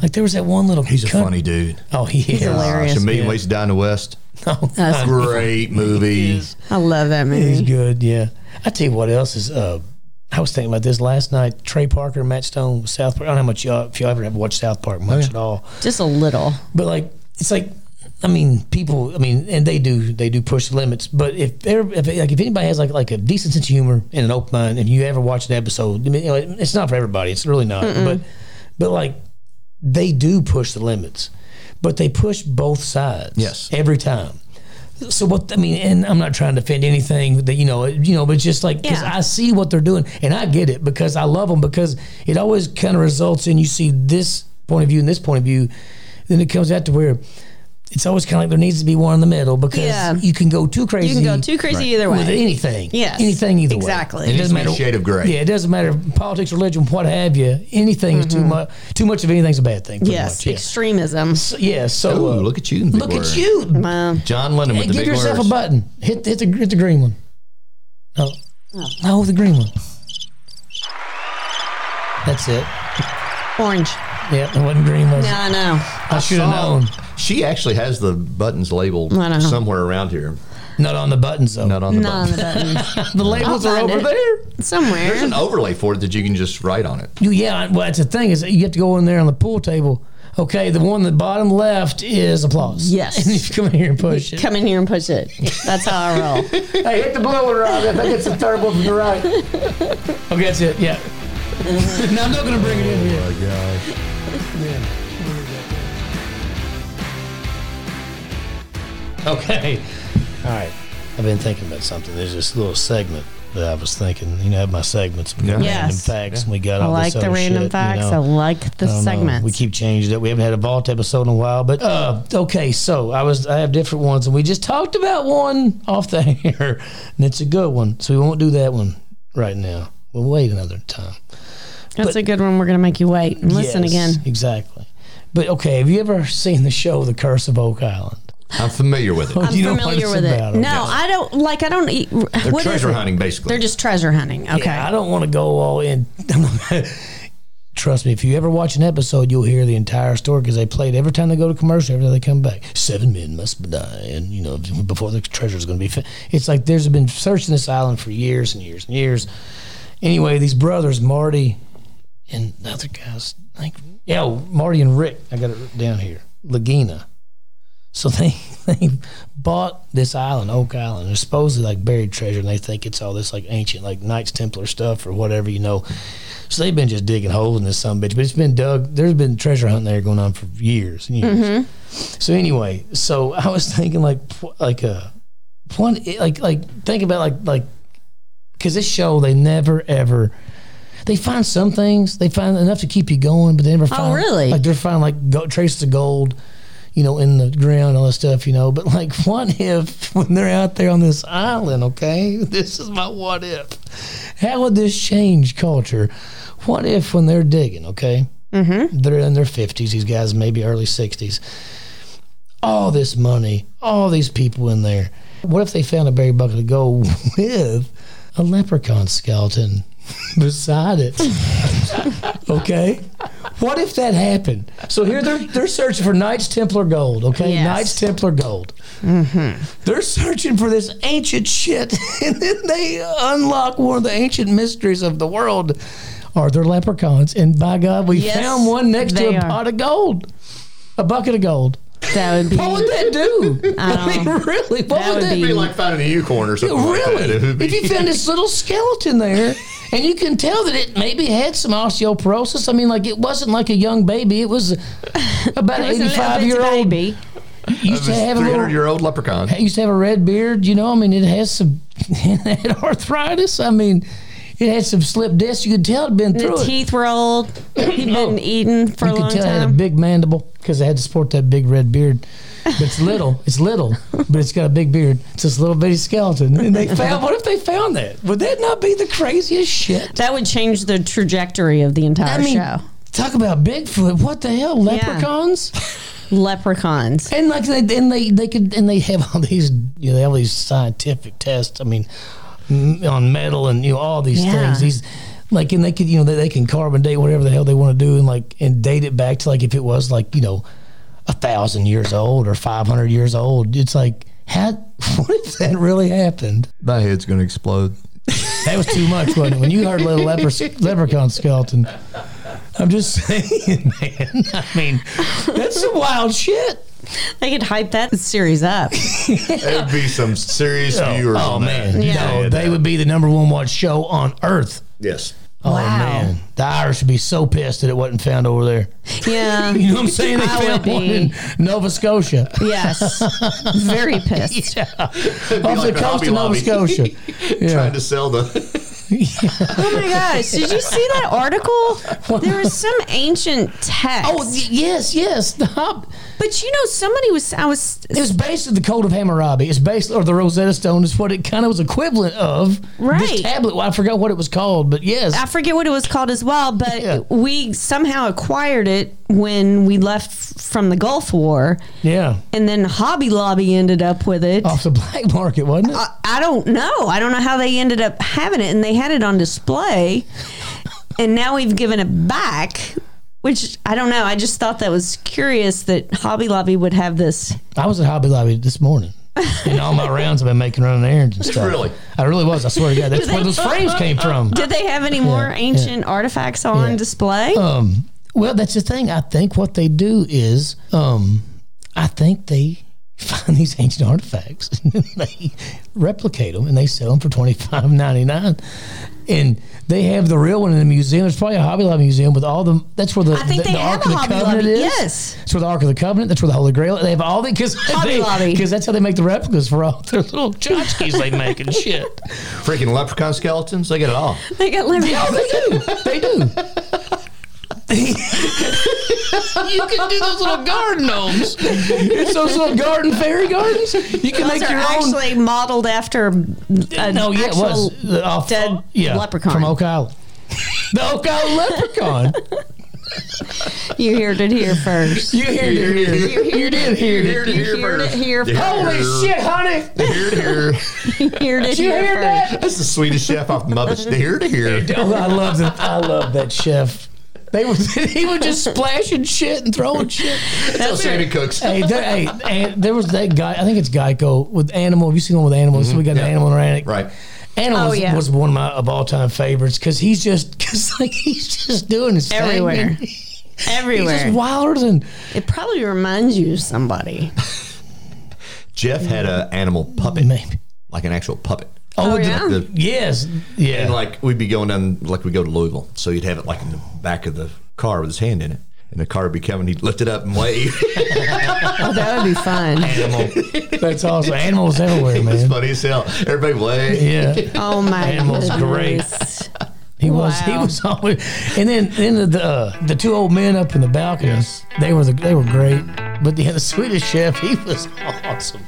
[SPEAKER 2] Like there was that one little
[SPEAKER 3] he's a
[SPEAKER 2] cunt-
[SPEAKER 3] funny dude.
[SPEAKER 2] Oh, he is.
[SPEAKER 1] hilarious.
[SPEAKER 3] Gosh, a million ways to die in the West.
[SPEAKER 1] That's-
[SPEAKER 3] Great movie.
[SPEAKER 1] I love that
[SPEAKER 2] He's
[SPEAKER 1] movie.
[SPEAKER 2] good, yeah. I tell you what else is. Uh, I was thinking about this last night. Trey Parker, Matt Stone, South Park. I don't know how much y'all, if y'all ever have watched South Park much at all,
[SPEAKER 1] Just a little.
[SPEAKER 2] but like it's like, I mean, people. I mean, and they do they do push the limits. But if they're if like if anybody has like like a decent sense of humor and an open mind, if you ever watch an episode, I mean, you know, it's not for everybody. It's really not. But but like they do push the limits, but they push both sides.
[SPEAKER 3] Yes.
[SPEAKER 2] every time. So what I mean, and I'm not trying to defend anything that you know, it- you know, but just like because
[SPEAKER 1] Yeah.
[SPEAKER 2] I see what they're doing and I get it because I love them because it always kind of results in you see this point of view and this point of view, then it comes out to where it's always kind of like there needs to be one in the middle because
[SPEAKER 1] Yeah.
[SPEAKER 2] you can go too crazy.
[SPEAKER 1] You can go too crazy either
[SPEAKER 2] with
[SPEAKER 1] way.
[SPEAKER 2] anything.
[SPEAKER 1] Yes.
[SPEAKER 2] anything either
[SPEAKER 1] Exactly.
[SPEAKER 2] way.
[SPEAKER 1] It
[SPEAKER 2] It
[SPEAKER 3] needs
[SPEAKER 2] doesn't
[SPEAKER 3] to be a
[SPEAKER 2] matter
[SPEAKER 3] shade of gray.
[SPEAKER 2] Yeah, it doesn't matter politics, religion, what have you. Anything is too much. Too much of anything's a bad thing. pretty
[SPEAKER 1] Mm-hmm. Yes,
[SPEAKER 2] much, yeah.
[SPEAKER 1] extremism.
[SPEAKER 2] So, yeah. So
[SPEAKER 3] Ooh,
[SPEAKER 2] uh,
[SPEAKER 3] look at you! in the big
[SPEAKER 2] look at
[SPEAKER 3] word.
[SPEAKER 2] you.
[SPEAKER 1] Well,
[SPEAKER 3] John Lennon with
[SPEAKER 2] Hey,
[SPEAKER 3] the
[SPEAKER 2] give
[SPEAKER 3] big
[SPEAKER 2] yourself
[SPEAKER 3] words.
[SPEAKER 2] a button. Hit, hit, the, hit the green one. No.
[SPEAKER 1] Oh.
[SPEAKER 2] No, the green one. That's it.
[SPEAKER 1] orange.
[SPEAKER 2] Yeah, it wasn't green, was
[SPEAKER 1] Yeah,
[SPEAKER 2] it?
[SPEAKER 1] I know.
[SPEAKER 2] I should have
[SPEAKER 3] Saw-
[SPEAKER 2] known.
[SPEAKER 3] She actually has the buttons labeled
[SPEAKER 1] I know.
[SPEAKER 3] somewhere around here.
[SPEAKER 2] Not on the buttons, though.
[SPEAKER 3] Not on the
[SPEAKER 1] Not on
[SPEAKER 3] buttons.
[SPEAKER 1] the button.
[SPEAKER 2] the labels
[SPEAKER 1] I'll
[SPEAKER 2] are
[SPEAKER 1] find
[SPEAKER 2] over
[SPEAKER 1] it.
[SPEAKER 2] there.
[SPEAKER 1] Somewhere.
[SPEAKER 3] There's an overlay for it that you can just write on it.
[SPEAKER 2] You, yeah, well, that's the thing is that you have to go in there on the pool table. Okay, the one on the bottom left is applause.
[SPEAKER 1] Yes.
[SPEAKER 2] And you come in here and push it.
[SPEAKER 1] Come in here and push it. That's how I roll.
[SPEAKER 2] Hey, hit the blue one, Rob. I think it's the third one from the right.
[SPEAKER 3] Oh
[SPEAKER 2] Okay, that's it. Yeah.
[SPEAKER 1] Uh-huh.
[SPEAKER 2] no, I'm not going to bring it in here. Okay. All right. I've been thinking about something. There's this little segment that I was thinking. You know, I have my segments. We got
[SPEAKER 3] Yeah.
[SPEAKER 2] random
[SPEAKER 1] Yes.
[SPEAKER 2] facts, and we got
[SPEAKER 1] I
[SPEAKER 2] all
[SPEAKER 1] like
[SPEAKER 2] this
[SPEAKER 1] the
[SPEAKER 2] other
[SPEAKER 1] random
[SPEAKER 2] oh, shit, you
[SPEAKER 1] facts.
[SPEAKER 2] know.
[SPEAKER 1] I like the
[SPEAKER 2] I don't know.
[SPEAKER 1] segments.
[SPEAKER 2] We keep changing it. We haven't had a vault episode in a while, but uh, okay. So I was I have different ones, and we just talked about one off the air, and it's a good one. So we won't do that one right now. We'll wait another time.
[SPEAKER 1] That's a good one. We're going to make you wait and listen
[SPEAKER 2] Yes,
[SPEAKER 1] again.
[SPEAKER 2] Exactly. But okay, have you ever seen the show The Curse of Oak Island?
[SPEAKER 3] I'm familiar with it.
[SPEAKER 1] I'm
[SPEAKER 2] Do you know what
[SPEAKER 1] familiar
[SPEAKER 2] it's
[SPEAKER 1] with it.
[SPEAKER 2] about?
[SPEAKER 1] No, I don't like. I don't. Eat,
[SPEAKER 3] They're treasure hunting, basically.
[SPEAKER 1] They're just treasure hunting. Okay.
[SPEAKER 2] Yeah, I don't want to go all in. Trust me, if you ever watch an episode, you'll hear the entire story because they play it every time they go to commercial. Every time they come back, seven men must die, and you know before the treasure is going to be. Fi- it's like there's been searching this island for years and years and years, Anyway, these brothers, Marty and the other guys, I think, yeah, oh, Marty and Rick, I got it written down here, Lagina. So they they bought this island, Oak Island. There's supposedly like buried treasure, and they think it's all this like ancient, like Knights Templar stuff or whatever, you know. So they've been just digging holes in this some bitch, but it's been dug. There's been treasure hunting there going on for years and years. So anyway, so I was thinking like p- like a one like like think about like like because this show they never ever they find some things they find enough to keep you going, but they never find
[SPEAKER 1] really?
[SPEAKER 2] like they're finding like go, traces of gold. You know, in the ground, all that stuff. You know, but like, what if when they're out there on this island? Okay, this is my what if. How would this change culture? What if when they're digging? Okay, mm-hmm. they're in their fifties. These guys maybe early sixties all this money, all these people in there. What if they found a buried bucket of gold with a leprechaun skeleton beside it? okay. What if that happened? So here they're they're searching for Knights Templar gold. Okay,
[SPEAKER 1] Yes.
[SPEAKER 2] Knights Templar gold. They're searching for this ancient shit, and then they unlock one of the ancient mysteries of the world. Are there leprechauns? And by God, we
[SPEAKER 1] Yes,
[SPEAKER 2] found one next to
[SPEAKER 1] they
[SPEAKER 2] a
[SPEAKER 1] are.
[SPEAKER 2] pot of gold, a bucket of gold.
[SPEAKER 1] That would be.
[SPEAKER 2] What would that do? I, mean, really?
[SPEAKER 1] That would
[SPEAKER 2] What would that
[SPEAKER 1] be-
[SPEAKER 3] It'd be like finding a unicorn or something. Like that. It would
[SPEAKER 2] Really?
[SPEAKER 3] be-
[SPEAKER 2] If you found this little skeleton there, and you can tell that it maybe had some osteoporosis. I mean, like it wasn't like a young baby; it was about
[SPEAKER 1] It was
[SPEAKER 2] an
[SPEAKER 1] a little
[SPEAKER 2] eighty-five
[SPEAKER 1] bitty
[SPEAKER 2] year old.
[SPEAKER 1] baby.
[SPEAKER 2] Used to have a
[SPEAKER 3] three hundred
[SPEAKER 2] little.
[SPEAKER 3] year old leprechaun.
[SPEAKER 2] It used to have a red beard. You know, I mean, it has some. It had arthritis. I mean, it had some slip discs. You could tell it'd been through
[SPEAKER 1] The
[SPEAKER 2] it. Oh.
[SPEAKER 1] teeth were old. He'd been eating for a
[SPEAKER 2] You could
[SPEAKER 1] long
[SPEAKER 2] tell it had a
[SPEAKER 1] time.
[SPEAKER 2] big mandible because it had to support that big red beard. But it's little, it's little, but it's got a big beard. It's this little bitty skeleton. And they found, what if they found that? Would that not be the craziest shit?
[SPEAKER 1] That would change the trajectory of the entire
[SPEAKER 2] I mean,
[SPEAKER 1] show.
[SPEAKER 2] talk about Bigfoot. What the hell? Leprechauns?
[SPEAKER 1] Leprechauns.
[SPEAKER 2] And like, they, and they, they could, and they have all these, you know, they have all these scientific tests. I mean, m- on metal and, you know, all these
[SPEAKER 1] Yeah.
[SPEAKER 2] things. These, like, and they could, you know, they, they can carbon date whatever the hell they want to do and like, and date it back to like if it was like, you know, a thousand years old or 500 years old. It's like, how, what if that really happened?
[SPEAKER 3] My head's gonna explode.
[SPEAKER 2] That was too much, wasn't it? When you heard little leper, leprechaun skeleton. I'm just saying, man. I mean, that's some wild shit.
[SPEAKER 1] They could hype that series up.
[SPEAKER 3] It'd be some serious viewers.
[SPEAKER 2] Oh
[SPEAKER 3] on that.
[SPEAKER 2] man,
[SPEAKER 1] Yeah.
[SPEAKER 2] no, they would be the number one watched show on earth.
[SPEAKER 3] Yes.
[SPEAKER 2] Oh
[SPEAKER 1] Wow.
[SPEAKER 2] man, the Irish would be so pissed that it wasn't found over there.
[SPEAKER 1] Yeah.
[SPEAKER 2] You know what I'm saying? They
[SPEAKER 1] I
[SPEAKER 2] found
[SPEAKER 1] would
[SPEAKER 2] one
[SPEAKER 1] be.
[SPEAKER 2] in Nova Scotia,
[SPEAKER 1] Yes. Very pissed.
[SPEAKER 2] off
[SPEAKER 3] like
[SPEAKER 2] the
[SPEAKER 3] a
[SPEAKER 2] coast
[SPEAKER 3] Hobby
[SPEAKER 2] of Nova
[SPEAKER 3] Lobby.
[SPEAKER 2] Scotia.
[SPEAKER 3] Trying
[SPEAKER 2] Yeah,
[SPEAKER 3] to sell the.
[SPEAKER 1] Oh my gosh. Did you see that article? There was some ancient text.
[SPEAKER 2] Oh y- yes, yes. The Hob-
[SPEAKER 1] but you know, somebody was, I was,
[SPEAKER 2] It was based on the Code of Hammurabi. It's based or the Rosetta Stone is what it kind of was equivalent of. This
[SPEAKER 1] Right.
[SPEAKER 2] tablet. Well, I forgot what it was called, but yes,
[SPEAKER 1] I forget what it was called as well, but
[SPEAKER 2] Yeah.
[SPEAKER 1] we somehow acquired it when we left f- from the Gulf War.
[SPEAKER 2] yeah,
[SPEAKER 1] And then Hobby Lobby ended up with it.
[SPEAKER 2] off the black market, wasn't it?
[SPEAKER 1] I, I don't know. I don't know how they ended up having it, and they had it on display, and now we've given it back. Which I don't know. I just thought that was curious that Hobby Lobby would have this.
[SPEAKER 2] I was at Hobby Lobby this morning. And all my rounds I've been making running errands and stuff.
[SPEAKER 3] Really?
[SPEAKER 2] I really was. I swear to God, that's where those frames came from.
[SPEAKER 1] Did they have any more ancient artifacts on
[SPEAKER 2] Yeah.
[SPEAKER 1] display?
[SPEAKER 2] Um, well, that's the thing. I think what they do is, um, I think they find these ancient artifacts and they replicate them and they sell them for twenty five ninety nine. And they have the real one in the museum. It's probably a Hobby Lobby museum with all the. That's where the
[SPEAKER 1] I think
[SPEAKER 2] the,
[SPEAKER 1] they
[SPEAKER 2] the
[SPEAKER 1] have
[SPEAKER 2] Ark
[SPEAKER 1] a
[SPEAKER 2] of the
[SPEAKER 1] Hobby
[SPEAKER 2] Covenant
[SPEAKER 1] Lobby.
[SPEAKER 2] is.
[SPEAKER 1] Yes.
[SPEAKER 2] That's where the Ark of the Covenant. That's where the Holy Grail. They have all the because
[SPEAKER 1] Hobby Lobby.
[SPEAKER 2] because that's how they make the replicas for all their little tchotchkes they make and shit.
[SPEAKER 3] Freaking leprechaun skeletons, they get it all.
[SPEAKER 1] They got liberty.
[SPEAKER 2] Oh, they do. They do. you can do those little garden gnomes. It's those little garden fairy gardens. You can
[SPEAKER 1] Those
[SPEAKER 2] make
[SPEAKER 1] are
[SPEAKER 2] your own.
[SPEAKER 1] actually modeled after. A
[SPEAKER 2] no, yeah, it was
[SPEAKER 1] actual-
[SPEAKER 2] The- off-
[SPEAKER 1] dead
[SPEAKER 2] yeah,
[SPEAKER 1] leprechaun.
[SPEAKER 2] from Oak Island. The Oak Island leprechaun.
[SPEAKER 1] You heard it here first.
[SPEAKER 2] You hear it here. You did hear
[SPEAKER 3] Here
[SPEAKER 2] it.
[SPEAKER 3] to here
[SPEAKER 1] heard it
[SPEAKER 3] first.
[SPEAKER 1] here
[SPEAKER 3] Here to
[SPEAKER 2] Holy
[SPEAKER 3] here.
[SPEAKER 2] shit, honey!
[SPEAKER 3] Here to here.
[SPEAKER 1] You heard it
[SPEAKER 2] Did you
[SPEAKER 1] here
[SPEAKER 2] hear
[SPEAKER 1] first.
[SPEAKER 2] that?
[SPEAKER 3] That's the Swedish chef off Muppets. Here to here.
[SPEAKER 2] Oh, I love that. I love that chef. They was he was just splashing shit and throwing shit.
[SPEAKER 3] That's Sandy Cooks.
[SPEAKER 2] hey, there, hey, and there was that guy. I think it's Geico with animal. Have you seen one with animals? So we got an animal in our attic.
[SPEAKER 3] Mm-hmm. Right.
[SPEAKER 2] And
[SPEAKER 1] Oh,
[SPEAKER 2] was,
[SPEAKER 1] yeah.
[SPEAKER 2] was one of my of all time favorites because he's just because like he's just doing his thing.
[SPEAKER 1] Everywhere.
[SPEAKER 2] He's
[SPEAKER 1] Everywhere.
[SPEAKER 2] just wilder than
[SPEAKER 1] it probably reminds you of somebody.
[SPEAKER 3] Jeff had an animal puppet,
[SPEAKER 2] maybe.
[SPEAKER 3] like an actual puppet.
[SPEAKER 1] Oh,
[SPEAKER 2] the-
[SPEAKER 1] yeah.
[SPEAKER 3] The,
[SPEAKER 2] yes, yeah.
[SPEAKER 3] and like we'd be going down, like we go to Louisville, so he'd have it like in the back of the car with his hand in it, and the car would be coming. He'd lift it up and wave.
[SPEAKER 1] Oh, that would be fun.
[SPEAKER 2] animal. That's awesome. Animals everywhere,
[SPEAKER 3] it's
[SPEAKER 2] man.
[SPEAKER 3] funny as hell. Everybody wave.
[SPEAKER 2] Yeah.
[SPEAKER 1] Oh my
[SPEAKER 2] Animal's great.
[SPEAKER 1] goodness.
[SPEAKER 2] He was. He
[SPEAKER 1] Wow.
[SPEAKER 2] was always. And then, then the uh, the two old men up in the balconies. They were the, they were great. But yeah, the Swedish chef, he was awesome.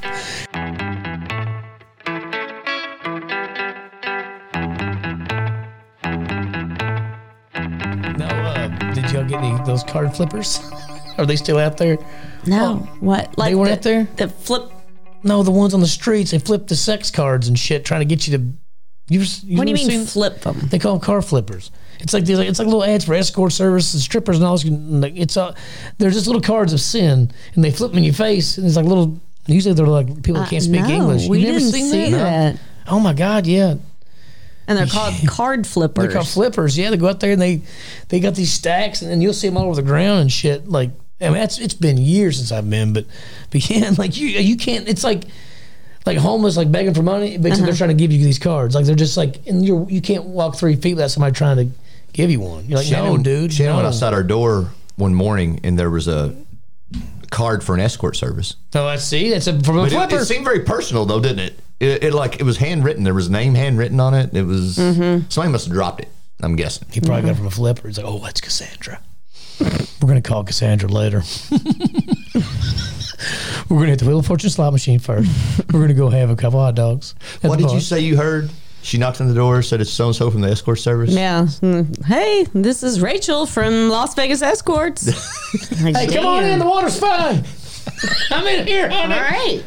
[SPEAKER 2] Now, uh, did y'all get any those card flippers? Are they still out there?
[SPEAKER 1] No, what? Like
[SPEAKER 2] Oh, They weren't
[SPEAKER 1] the,
[SPEAKER 2] out there?
[SPEAKER 1] The flip.
[SPEAKER 2] No, the ones on the streets. They flip the sex cards and shit, trying to get you to. You, you
[SPEAKER 1] What do
[SPEAKER 2] ever
[SPEAKER 1] you mean
[SPEAKER 2] seen-
[SPEAKER 1] flip them?
[SPEAKER 2] They call them car flippers. It's like these, it's like little ads for escort service and strippers and all this. and like, It's uh, they're just little cards of sin, and they flip them in your face, and it's like little. Usually they're like people that can't speak
[SPEAKER 1] no,
[SPEAKER 2] English. You
[SPEAKER 1] we
[SPEAKER 2] never
[SPEAKER 1] didn't
[SPEAKER 2] seen
[SPEAKER 1] see that.
[SPEAKER 2] Oh my God! Yeah,
[SPEAKER 1] And they're called card flippers.
[SPEAKER 2] they're called flippers. Yeah, they go out there and they they got these stacks, and then you'll see them all over the ground and shit. Like, I mean, that's it's been years since I've been, but but yeah, like you you can't. It's like like homeless, like begging for money, but
[SPEAKER 3] Uh-huh.
[SPEAKER 2] they're trying to give you these cards. Like they're just like, and you you can't walk three feet without somebody trying to give you one. You're like, no, dude,
[SPEAKER 3] Shannon
[SPEAKER 2] no.
[SPEAKER 3] went outside our door one morning, and there was a card for an escort service.
[SPEAKER 2] Oh, I see. That's a from a
[SPEAKER 3] But it,
[SPEAKER 2] flipper.
[SPEAKER 3] it seemed very personal, though, didn't it? It, it like it was handwritten. There was a name handwritten on it. It was somebody must have dropped it. I'm guessing.
[SPEAKER 2] Mm-hmm. he probably got it from a flipper. He's like, oh, that's Cassandra. We're gonna call Cassandra later. We're gonna hit the wheel of fortune slot machine first. We're gonna go have a couple hot dogs. at
[SPEAKER 3] What
[SPEAKER 2] the
[SPEAKER 3] did
[SPEAKER 2] bar.
[SPEAKER 3] you say you heard? She knocked on the door, said it's so and so from the escort service.
[SPEAKER 1] Yeah. Mm. Hey, this is Rachel from Las Vegas Escorts. Like,
[SPEAKER 2] Hey, come on
[SPEAKER 1] damn.
[SPEAKER 2] in. The water's fine. I'm in here, honey.
[SPEAKER 1] All right.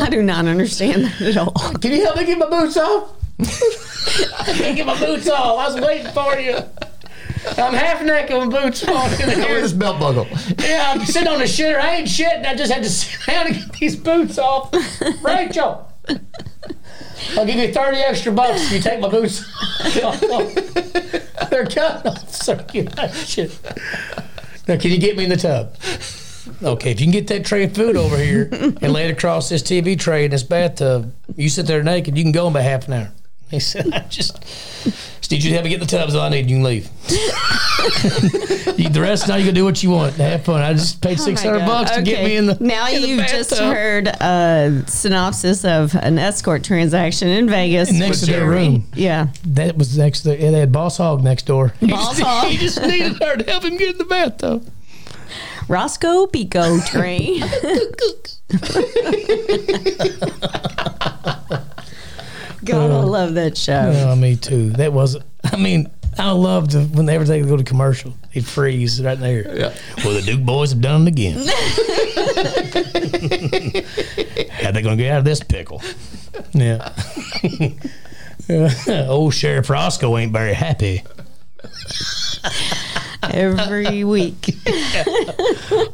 [SPEAKER 1] I do not understand that at all.
[SPEAKER 2] Can you help me get my boots off? I can't get my boots off. I was waiting for you. I'm half naked with boots on in
[SPEAKER 3] Where's
[SPEAKER 2] here.
[SPEAKER 3] this belt buckle?
[SPEAKER 2] Yeah, I'm sitting on the shitter. I ain't shit. and I just had to sit down and get these boots off. Rachel, I'll give you 30 extra bucks if you take my boots off. They're cut off circulation. Now, can you get me in the tub? Okay, if you can get that tray of food over here and lay it across this TV tray in this bathtub, you sit there naked, you can go in about half an hour. He said, I just, Steve, you help me get the tubs all I need, and you can leave. You- the rest, now you can do what you want. Have fun. I just paid
[SPEAKER 1] Oh my
[SPEAKER 2] 600
[SPEAKER 1] God.
[SPEAKER 2] bucks to get
[SPEAKER 1] Okay.
[SPEAKER 2] me in the.
[SPEAKER 1] Now
[SPEAKER 2] in the
[SPEAKER 1] you've just
[SPEAKER 2] bathtub
[SPEAKER 1] heard a synopsis of an escort transaction in Vegas.
[SPEAKER 2] Next to their
[SPEAKER 3] Jerry.
[SPEAKER 2] room.
[SPEAKER 1] yeah.
[SPEAKER 2] That was next to, yeah, they had Boss Hog next door.
[SPEAKER 1] Boss
[SPEAKER 2] he, just,
[SPEAKER 1] Hog.
[SPEAKER 2] he just needed her to help him get in the bathtub.
[SPEAKER 1] Roscoe Pico train. God, I love that show.
[SPEAKER 2] Oh, me too. That was. I mean, I loved the- whenever they would go to commercial, he'd freeze right there.
[SPEAKER 3] Yeah.
[SPEAKER 2] Well, the Duke boys have done it again. How they going to get out of this pickle? Yeah. Old Sheriff Roscoe ain't very happy.
[SPEAKER 1] Every week.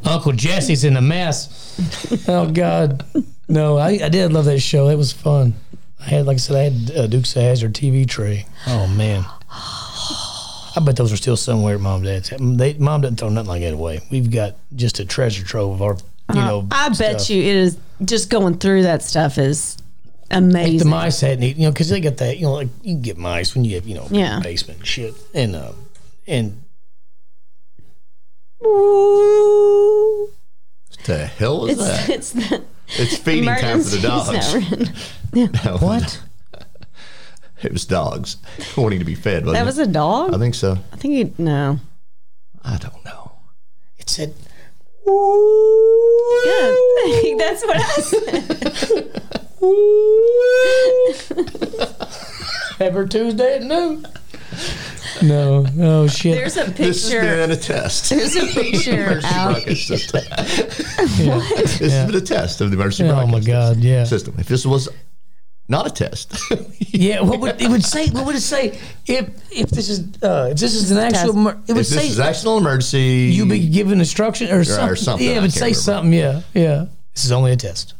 [SPEAKER 2] Uncle Jesse's in a mess. Oh God, no! I, I did love that show. It was fun. I had, like I said, I had uh, Duke's of Hazard TV tray. Oh man, I bet those are still somewhere at mom and dad's. They, mom doesn't throw nothing like that away. We've got just a treasure trove of our, you know.
[SPEAKER 1] Uh-huh. I bet
[SPEAKER 2] stuff.
[SPEAKER 1] you it is just going through that stuff is amazing.
[SPEAKER 2] The mice hadn't eaten, you know, because they got that, you know, like you can get mice when you have, you know,
[SPEAKER 1] Yeah.
[SPEAKER 2] basement and shit, and uh, and
[SPEAKER 1] Ooh.
[SPEAKER 3] What the hell was
[SPEAKER 1] It's,
[SPEAKER 3] that?
[SPEAKER 1] it's the
[SPEAKER 3] It's feeding time for the
[SPEAKER 1] emergency
[SPEAKER 3] dogs.
[SPEAKER 1] siren.
[SPEAKER 3] No,
[SPEAKER 2] what?
[SPEAKER 3] It was dogs wanting to be fed. Wasn't
[SPEAKER 1] That was a
[SPEAKER 3] it? I
[SPEAKER 1] dog?
[SPEAKER 3] think so.
[SPEAKER 1] I think you no.
[SPEAKER 3] I don't know.
[SPEAKER 2] It said
[SPEAKER 1] Yeah, I think that's what I said.
[SPEAKER 2] every Tuesday at noon. No, oh shit.
[SPEAKER 1] There's a
[SPEAKER 3] This has
[SPEAKER 1] picture.
[SPEAKER 3] been a test.
[SPEAKER 1] There's a picture out.
[SPEAKER 3] Broadcast system. This has been a test of the emergency
[SPEAKER 2] Oh my
[SPEAKER 3] broadcast
[SPEAKER 2] god, yeah.
[SPEAKER 3] system. If this was not a test, if
[SPEAKER 2] Yeah, what would it would say what would it say if if this is uh if this is an actual emer- it would
[SPEAKER 3] this
[SPEAKER 2] say
[SPEAKER 3] is actual emergency,
[SPEAKER 2] you be given instruction or something.
[SPEAKER 3] something,
[SPEAKER 2] yeah,
[SPEAKER 3] I
[SPEAKER 2] it would
[SPEAKER 3] can't
[SPEAKER 2] say
[SPEAKER 3] remember.
[SPEAKER 2] something, yeah, yeah. This is only a test.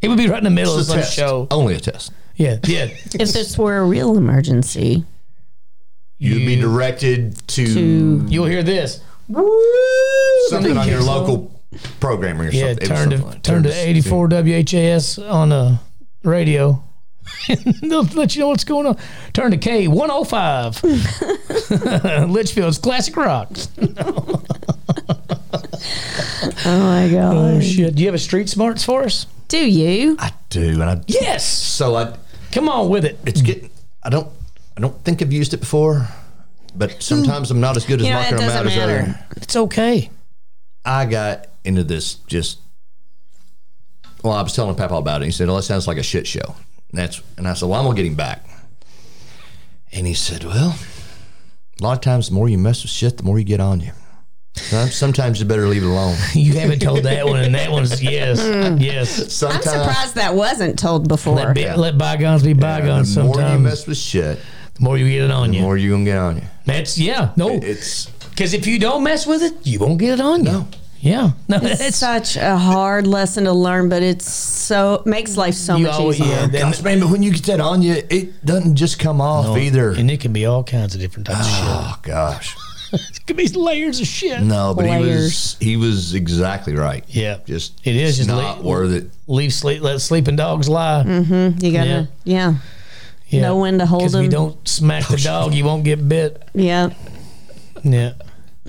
[SPEAKER 2] It would be right in the middle of
[SPEAKER 3] It's a
[SPEAKER 2] some
[SPEAKER 3] test.
[SPEAKER 2] show.
[SPEAKER 3] Only a test.
[SPEAKER 2] Yeah, yeah.
[SPEAKER 1] If this were a real emergency,
[SPEAKER 3] You'd be directed to, Hmm.
[SPEAKER 1] to
[SPEAKER 2] You'll hear this.
[SPEAKER 3] something on your
[SPEAKER 2] Kicks
[SPEAKER 3] local programmer or
[SPEAKER 2] Yeah,
[SPEAKER 3] something. It was
[SPEAKER 2] turn to
[SPEAKER 3] something like-
[SPEAKER 2] turn to eighty four WHAS on a radio. They'll let you know what's going on. Turn to K one oh five. Litchfield's classic rock.
[SPEAKER 1] oh my
[SPEAKER 2] Oh
[SPEAKER 1] god,
[SPEAKER 2] shit! Do you have a street smarts for us?
[SPEAKER 1] do you?
[SPEAKER 3] I do, and I
[SPEAKER 2] Yes.
[SPEAKER 3] so I
[SPEAKER 2] Come on with it.
[SPEAKER 3] it's getting. I don't I don't think I've used it before,
[SPEAKER 2] Hmm.
[SPEAKER 3] but sometimes I'm not as good as
[SPEAKER 1] You know, it
[SPEAKER 3] marking them out
[SPEAKER 1] doesn't
[SPEAKER 3] as other.
[SPEAKER 1] matter.
[SPEAKER 2] It's okay.
[SPEAKER 3] I got into this just. Well, I was telling Papa about it. He said, "Oh, that sounds like a shit show." And that's and I said, "Well, I'm gonna get him back." And he said, "Well, a lot of times, the more you mess with shit, the more you get on you. Some- Sometimes you better leave it alone.
[SPEAKER 2] You haven't told that one, and that one's yes, yes.
[SPEAKER 1] I'm
[SPEAKER 3] Sometimes
[SPEAKER 1] surprised that wasn't told before.
[SPEAKER 2] Let, be, let bygones be
[SPEAKER 3] the
[SPEAKER 2] bygones.
[SPEAKER 3] more you
[SPEAKER 2] sometimes
[SPEAKER 3] mess with shit,
[SPEAKER 2] the more you get it on
[SPEAKER 3] the
[SPEAKER 2] you.
[SPEAKER 3] more you gonna get on you.
[SPEAKER 2] That's yeah. No,
[SPEAKER 3] It's
[SPEAKER 2] because if you don't mess with it, you won't get it on you.
[SPEAKER 3] No.
[SPEAKER 2] Yeah. No,
[SPEAKER 1] It's such a hard lesson to learn, but it's so makes life so
[SPEAKER 2] You
[SPEAKER 1] much
[SPEAKER 2] always-
[SPEAKER 1] easier.
[SPEAKER 2] yeah. And then-
[SPEAKER 3] gosh, man, but when you get that on you, it doesn't just come off either.
[SPEAKER 2] And it can be all kinds of different types of
[SPEAKER 3] Oh gosh,
[SPEAKER 2] shit. It could be layers of shit.
[SPEAKER 3] no, but
[SPEAKER 1] Layers.
[SPEAKER 3] he was he was exactly right.
[SPEAKER 2] Yeah.
[SPEAKER 3] just
[SPEAKER 2] It is
[SPEAKER 3] it's
[SPEAKER 2] just
[SPEAKER 3] not
[SPEAKER 2] late-
[SPEAKER 3] worth it.
[SPEAKER 2] Leave sleep. Let sleeping dogs lie.
[SPEAKER 1] You gotta, yeah,
[SPEAKER 2] Yeah.
[SPEAKER 1] Mm. know when to hold
[SPEAKER 2] Because if you
[SPEAKER 1] them.
[SPEAKER 2] don't smack the dog, you won't get bit.
[SPEAKER 1] yeah.
[SPEAKER 2] Yeah.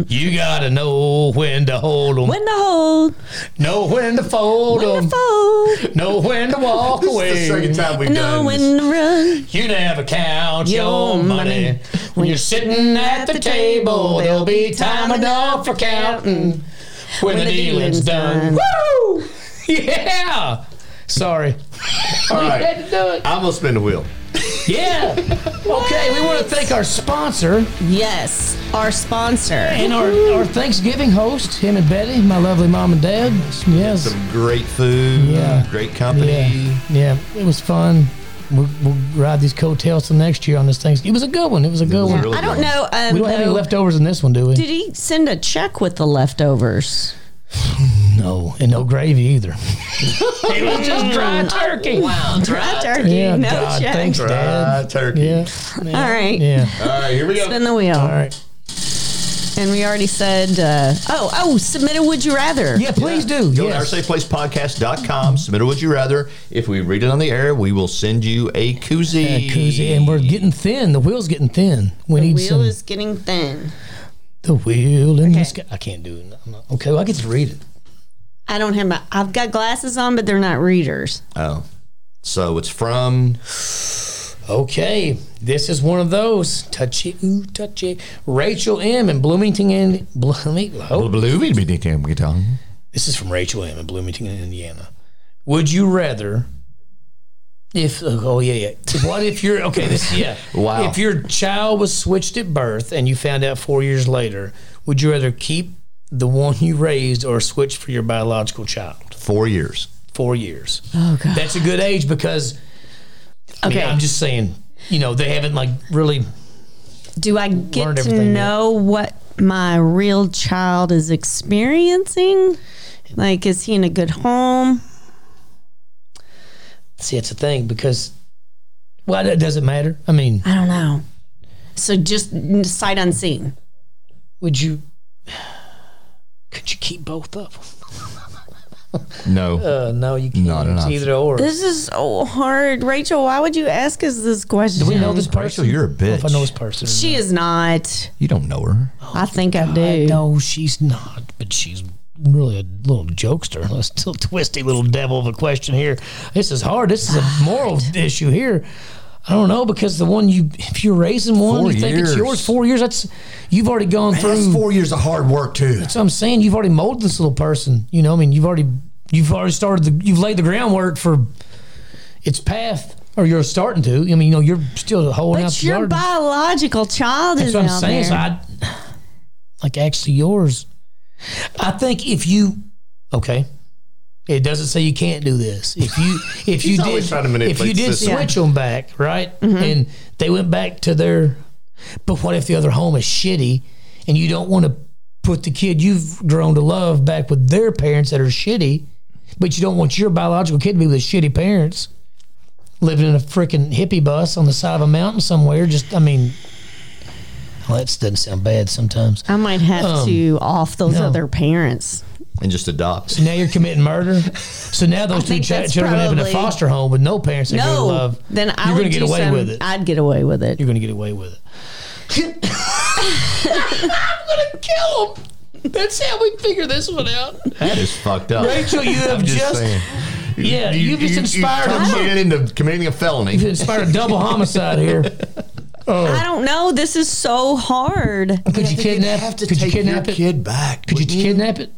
[SPEAKER 2] You gotta know when to hold them.
[SPEAKER 1] When to hold,
[SPEAKER 2] Know when to fold
[SPEAKER 1] when to
[SPEAKER 2] them.
[SPEAKER 1] fold,
[SPEAKER 2] Know when to walk away.
[SPEAKER 3] time we've
[SPEAKER 1] know when to run.
[SPEAKER 2] You never count
[SPEAKER 1] Your
[SPEAKER 2] your money.
[SPEAKER 1] money.
[SPEAKER 2] When you're sitting at the table, there'll be time enough for counting when the dealing's done. Woo! Yeah! Sorry.
[SPEAKER 3] All right,
[SPEAKER 2] do it.
[SPEAKER 3] I'm gonna spin the wheel.
[SPEAKER 2] Yeah. okay, we want to thank our sponsor
[SPEAKER 1] Yes, our sponsor.
[SPEAKER 2] and our, our Thanksgiving host, him and Betty, my lovely mom and dad. Yes.
[SPEAKER 3] Some great food,
[SPEAKER 2] Yeah.
[SPEAKER 3] great company.
[SPEAKER 2] Yeah, it was fun. We'll, we'll ride these coattails till next year on this Thanksgiving. It was a good one. It was a good
[SPEAKER 3] was
[SPEAKER 2] one.
[SPEAKER 3] really-
[SPEAKER 1] I don't know. Um,
[SPEAKER 2] we don't have any
[SPEAKER 1] though,
[SPEAKER 2] leftovers in this one, do we?
[SPEAKER 1] Did he send a check with the leftovers?
[SPEAKER 2] No, and no gravy either. Mm. it was just dry turkey. Wow,
[SPEAKER 1] Dry turkey,
[SPEAKER 2] Yeah,
[SPEAKER 1] no
[SPEAKER 2] God,
[SPEAKER 1] check.
[SPEAKER 2] thanks, Dad.
[SPEAKER 3] Fried turkey.
[SPEAKER 2] Yeah,
[SPEAKER 1] All right,
[SPEAKER 2] yeah.
[SPEAKER 3] All right, here we go.
[SPEAKER 1] spin the wheel.
[SPEAKER 2] All right.
[SPEAKER 1] And we already said, uh, oh, oh, submit a would you rather.
[SPEAKER 2] Yeah, please do.
[SPEAKER 3] Go
[SPEAKER 2] yes.
[SPEAKER 3] to oursafeplacepodcast.com. Submit a would you rather. If we read it on the air, we will send you a koozie.
[SPEAKER 2] Uh, koozie, and we're getting thin. The wheel's getting thin. We
[SPEAKER 1] The
[SPEAKER 2] need
[SPEAKER 1] wheel
[SPEAKER 2] some.
[SPEAKER 1] is getting thin.
[SPEAKER 2] the wheel in the sky. I can't do it. I'm not- okay, well, I get to read it.
[SPEAKER 1] I don't have my. I've got glasses on, but they're not readers.
[SPEAKER 3] Oh. So it's from
[SPEAKER 2] Okay, this is one of those touchy, ooh, touchy. Rachel M. in Bloomington, and Bloomington. Oh, This is from Rachel M. in Bloomington, Indiana. Would you rather if oh yeah yeah what if you're okay this yeah
[SPEAKER 3] Wow.
[SPEAKER 2] if your child was switched at birth and you found out four years later would you rather keep the one you raised or switch for your biological child
[SPEAKER 3] four years.
[SPEAKER 2] four years oh god that's a good age because I mean,
[SPEAKER 1] Okay.
[SPEAKER 2] I'm just saying you know they haven't like really
[SPEAKER 1] Do I
[SPEAKER 2] Learned
[SPEAKER 1] get to
[SPEAKER 2] everything yet.
[SPEAKER 1] know what my real child is experiencing? Like, is he in a good home?
[SPEAKER 2] see it's a thing because well it doesn't matter I mean
[SPEAKER 1] I don't know. So just n- sight unseen.
[SPEAKER 2] would you could you keep both of them
[SPEAKER 3] No.
[SPEAKER 2] Uh, no, you can't.
[SPEAKER 3] Not an
[SPEAKER 2] it's
[SPEAKER 3] option.
[SPEAKER 2] either or.
[SPEAKER 1] This is so hard, Rachel. Why would you ask us this question?
[SPEAKER 2] Do we know this person?
[SPEAKER 3] Rachel, you're a
[SPEAKER 2] I don't know if I know this
[SPEAKER 3] bitch.
[SPEAKER 2] person.
[SPEAKER 1] She is not.
[SPEAKER 3] You don't know her.
[SPEAKER 1] I think
[SPEAKER 2] Oh,
[SPEAKER 1] I do.
[SPEAKER 2] no, she's not. But she's really a little jokester. A still twisty little devil of a question here. This is hard. This is a moral issue here. I don't know because the one you, if you're raising one,
[SPEAKER 3] Four
[SPEAKER 2] you think it's
[SPEAKER 3] years.
[SPEAKER 2] yours. Four years. That's you've already gone
[SPEAKER 3] That's
[SPEAKER 2] through.
[SPEAKER 3] four years of hard work too.
[SPEAKER 2] So I'm saying you've already molded this little person. You know, I mean, you've already you've already started the you've laid the groundwork for its path. Or you're starting to. I mean, you know, you're still holding out
[SPEAKER 1] But
[SPEAKER 2] the
[SPEAKER 1] your
[SPEAKER 2] garden.
[SPEAKER 1] biological child is
[SPEAKER 2] That's what I'm
[SPEAKER 1] out
[SPEAKER 2] saying.
[SPEAKER 1] there.
[SPEAKER 2] So I, like actually yours. I think if you okay, it doesn't say you can't do this. If you if you did
[SPEAKER 3] always trying to manipulate
[SPEAKER 2] if you
[SPEAKER 3] the
[SPEAKER 2] did
[SPEAKER 3] system.
[SPEAKER 2] switch them back right and they went back to their, but what if the other home is shitty and you don't want to put the kid you've grown to love back with their parents that are shitty. But you don't want your biological kid to be with shitty parents living in a freaking hippie bus on the side of a mountain somewhere. Just, I mean, well, that doesn't sound bad sometimes.
[SPEAKER 1] I might have to off those
[SPEAKER 2] Um, no.
[SPEAKER 1] other parents.
[SPEAKER 3] and just adopt.
[SPEAKER 2] So now you're committing murder. So now those two
[SPEAKER 1] think
[SPEAKER 2] chi-
[SPEAKER 1] that's
[SPEAKER 2] children live in a
[SPEAKER 1] probably-
[SPEAKER 2] foster home with no parents that no,
[SPEAKER 1] No,
[SPEAKER 2] love.
[SPEAKER 1] then I
[SPEAKER 2] you're
[SPEAKER 1] would
[SPEAKER 2] gonna get
[SPEAKER 1] do
[SPEAKER 2] away
[SPEAKER 1] some-
[SPEAKER 2] with it.
[SPEAKER 1] I'd get away with it.
[SPEAKER 2] You're going to get away with it. I'm going to kill him. That's how we figure this one out.
[SPEAKER 3] That is fucked up.
[SPEAKER 2] Rachel, you have
[SPEAKER 3] I'm just,
[SPEAKER 2] just-
[SPEAKER 3] saying.
[SPEAKER 2] Yeah, you, have just inspired
[SPEAKER 3] turned
[SPEAKER 2] a
[SPEAKER 3] a kid into committing a
[SPEAKER 2] you
[SPEAKER 3] felony.
[SPEAKER 2] inspired a double homicide here.
[SPEAKER 1] I don't know. This is so hard.
[SPEAKER 2] Could you kidnap? could you kidnap it?
[SPEAKER 3] kid back.
[SPEAKER 2] could you kidnap it?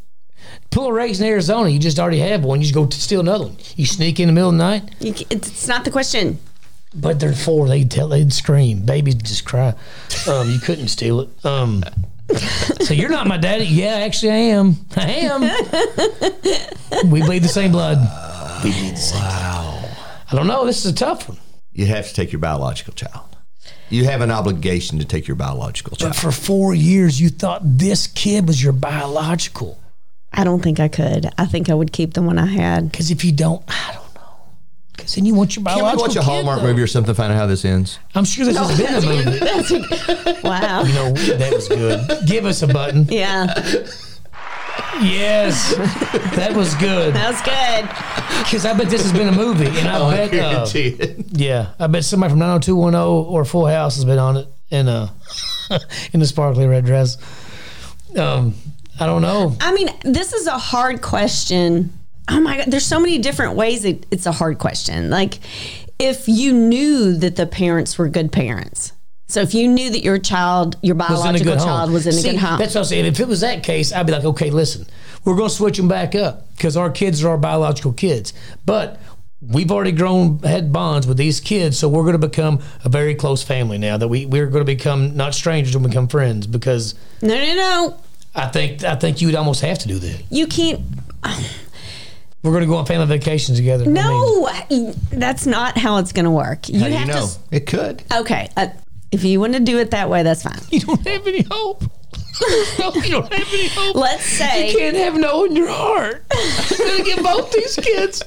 [SPEAKER 2] Pull a race in Arizona. You just already have one. You just go to steal another one. You sneak in the middle of the night.
[SPEAKER 1] You c- it's it's not the question.
[SPEAKER 2] But they're four. They tell. They'd scream. Babies just cry. Um, you couldn't steal it. Um, so you're not my daddy. Yeah, actually, I am. I am. we bleed the same blood. We bleed the same. Wow. I don't know. This is a tough one.
[SPEAKER 3] You have to take your biological child. You have an obligation to take your biological
[SPEAKER 2] But
[SPEAKER 3] child.
[SPEAKER 2] for four years, you thought this kid was your biological.
[SPEAKER 1] I don't think I could. I think I would keep the one I had.
[SPEAKER 2] Because if you don't, I don't know. Because then you want your
[SPEAKER 3] Can we
[SPEAKER 2] biological
[SPEAKER 3] watch a
[SPEAKER 2] kid,
[SPEAKER 3] Hallmark
[SPEAKER 2] though.
[SPEAKER 3] movie or something? Find out how this ends.
[SPEAKER 2] I'm sure this has been a movie.
[SPEAKER 1] Wow.
[SPEAKER 2] No, that was good. Give us a button.
[SPEAKER 1] yeah,
[SPEAKER 2] Yes, that was good.
[SPEAKER 1] that was good.
[SPEAKER 2] Because I bet this has been a movie, and I
[SPEAKER 3] Oh,
[SPEAKER 2] bet, uh,
[SPEAKER 3] it.
[SPEAKER 2] yeah, I bet somebody from 90210 or Full House has been on it in a in a sparkly red dress. Um, I don't know.
[SPEAKER 1] I mean, this is a hard question. Oh my God. There's so many different ways it, it's a hard question. Like, if you knew that the parents were good parents, so if you knew that your child, your
[SPEAKER 2] was in a
[SPEAKER 1] biological
[SPEAKER 2] good
[SPEAKER 1] child,
[SPEAKER 2] home.
[SPEAKER 1] was in a
[SPEAKER 2] See,
[SPEAKER 1] good home,
[SPEAKER 2] That's what I'm saying. If it was that case, I'd be like, okay, listen, we're going to switch them back up because our kids are our biological kids, but we've already grown had bonds with these kids, so we're going to become a very close family now. That we we're going to become not strangers, we'll become friends because
[SPEAKER 1] no, no, no,
[SPEAKER 2] I think I think you would almost have to do that.
[SPEAKER 1] you can't.
[SPEAKER 2] We're going to go on family vacations together. I mean,
[SPEAKER 1] No, that's not how it's going to work. You
[SPEAKER 3] How do you
[SPEAKER 1] have
[SPEAKER 3] know?
[SPEAKER 1] to.
[SPEAKER 3] It could.
[SPEAKER 1] Okay, uh, if you want to do it that way, that's fine.
[SPEAKER 2] you don't have any hope. No, you don't have any hope.
[SPEAKER 1] Let's
[SPEAKER 2] You
[SPEAKER 1] say
[SPEAKER 2] can't have no in your heart. I'm gonna get both these kids,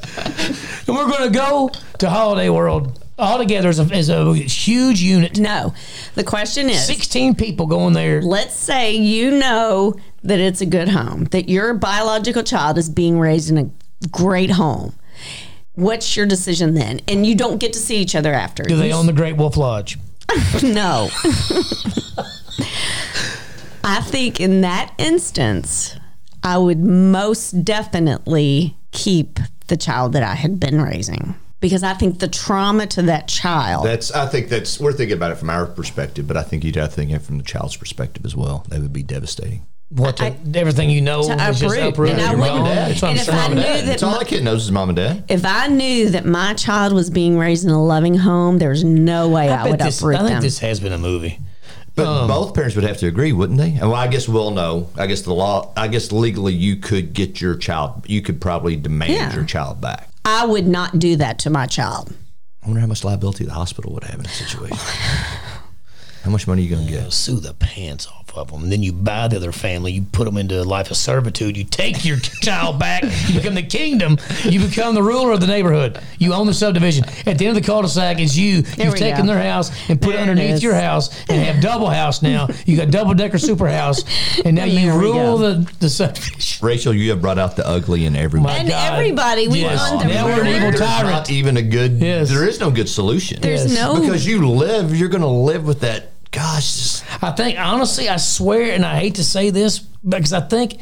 [SPEAKER 2] and we're gonna go to Holiday World all together as a, as a huge unit.
[SPEAKER 1] no. The question is,
[SPEAKER 2] Sixteen people going there.
[SPEAKER 1] let's say you know that it's a good home, that your biological child is being raised in a great home. What's your decision then? And you don't get to see each other after.
[SPEAKER 2] Do they own the Great Wolf Lodge?
[SPEAKER 1] No. I think in that instance, I would most definitely keep the child that I had been raising because I think the trauma to that child.
[SPEAKER 3] That's. I think that's. We're thinking about it from our perspective, but I think you'd have to think it from the child's perspective as well. That would be devastating.
[SPEAKER 2] What to, everything you know
[SPEAKER 1] To
[SPEAKER 2] was just
[SPEAKER 1] uproot.
[SPEAKER 2] uprooted.
[SPEAKER 1] And I
[SPEAKER 2] Your
[SPEAKER 1] wouldn't-
[SPEAKER 2] mom- that's what I'm
[SPEAKER 1] and if
[SPEAKER 2] saying,
[SPEAKER 1] I
[SPEAKER 2] mom and
[SPEAKER 1] knew
[SPEAKER 2] dad.
[SPEAKER 1] that
[SPEAKER 3] That's all that kid knows is mom and dad.
[SPEAKER 1] if I knew that my child was being raised in a loving home, there's no way I,
[SPEAKER 2] bet
[SPEAKER 1] would
[SPEAKER 2] this-
[SPEAKER 1] uproot
[SPEAKER 2] I think
[SPEAKER 1] them.
[SPEAKER 2] this has been a movie.
[SPEAKER 3] But
[SPEAKER 2] Oh.
[SPEAKER 3] both parents would have to agree, wouldn't they? And Well, I guess we'll know. I guess the law. I guess legally, you could get your child. You could probably demand
[SPEAKER 1] Yeah.
[SPEAKER 3] your child back.
[SPEAKER 1] I would not do that to my child.
[SPEAKER 3] I wonder how much liability the hospital would have in that situation. how much money are you going to get?
[SPEAKER 2] sue the pants off of them. And then you buy the other family, you put them into a life of servitude, you take your child back, you become the kingdom, you become the ruler of the neighborhood, you own the subdivision. At the end of the cul-de-sac, it's you. You've
[SPEAKER 1] we
[SPEAKER 2] taken
[SPEAKER 1] go.
[SPEAKER 2] their house and put
[SPEAKER 1] There it
[SPEAKER 2] it underneath
[SPEAKER 1] is.
[SPEAKER 2] your house and have double house now. You got double decker super house, and now you
[SPEAKER 1] There we go.
[SPEAKER 2] rule the, the subdivision.
[SPEAKER 3] Rachel, you have brought out the ugly in everyone.
[SPEAKER 1] And
[SPEAKER 2] God.
[SPEAKER 1] everybody, we
[SPEAKER 2] Yes.
[SPEAKER 1] want the
[SPEAKER 2] Now we're an
[SPEAKER 1] ruler.
[SPEAKER 2] evil
[SPEAKER 3] There's
[SPEAKER 2] tyrant.
[SPEAKER 3] not even a good.
[SPEAKER 2] Yes.
[SPEAKER 3] There is no good solution.
[SPEAKER 1] There's
[SPEAKER 2] Yes.
[SPEAKER 1] no
[SPEAKER 3] because you live. You're going to live with that. Gosh, just-
[SPEAKER 2] I think honestly, I swear, and I hate to say this because I think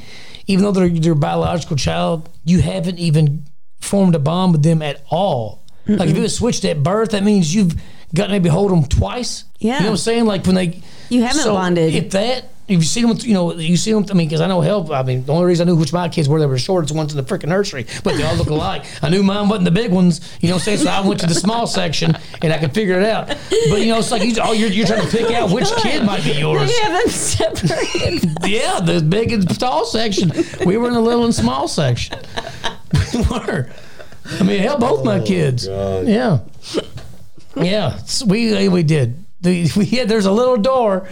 [SPEAKER 2] even though they're your biological child, you haven't even formed a bond with them at all. Like if it was switched at birth, that means you've gotten to behold them twice. you
[SPEAKER 1] Yeah.
[SPEAKER 2] know what I'm saying? Like when they
[SPEAKER 1] You haven't bonded.
[SPEAKER 2] If that if you see them, you know you see them. I mean, because I know help. I mean, the only reason I knew which my kids were, they were the shortest ones in the freaking nursery, but they all look alike. I knew mine wasn't the big ones. You know what I'm saying? So I went to the small section and I could figure it out. But you know, it's like you, oh, you're you're trying to pick out which kid might be yours.
[SPEAKER 1] We have them separated.
[SPEAKER 2] Yeah, the big and tall section. We were in the little and small section. We were. I mean, hell, both my kids. Yeah, yeah, s- we we did. The, we had there's a little door,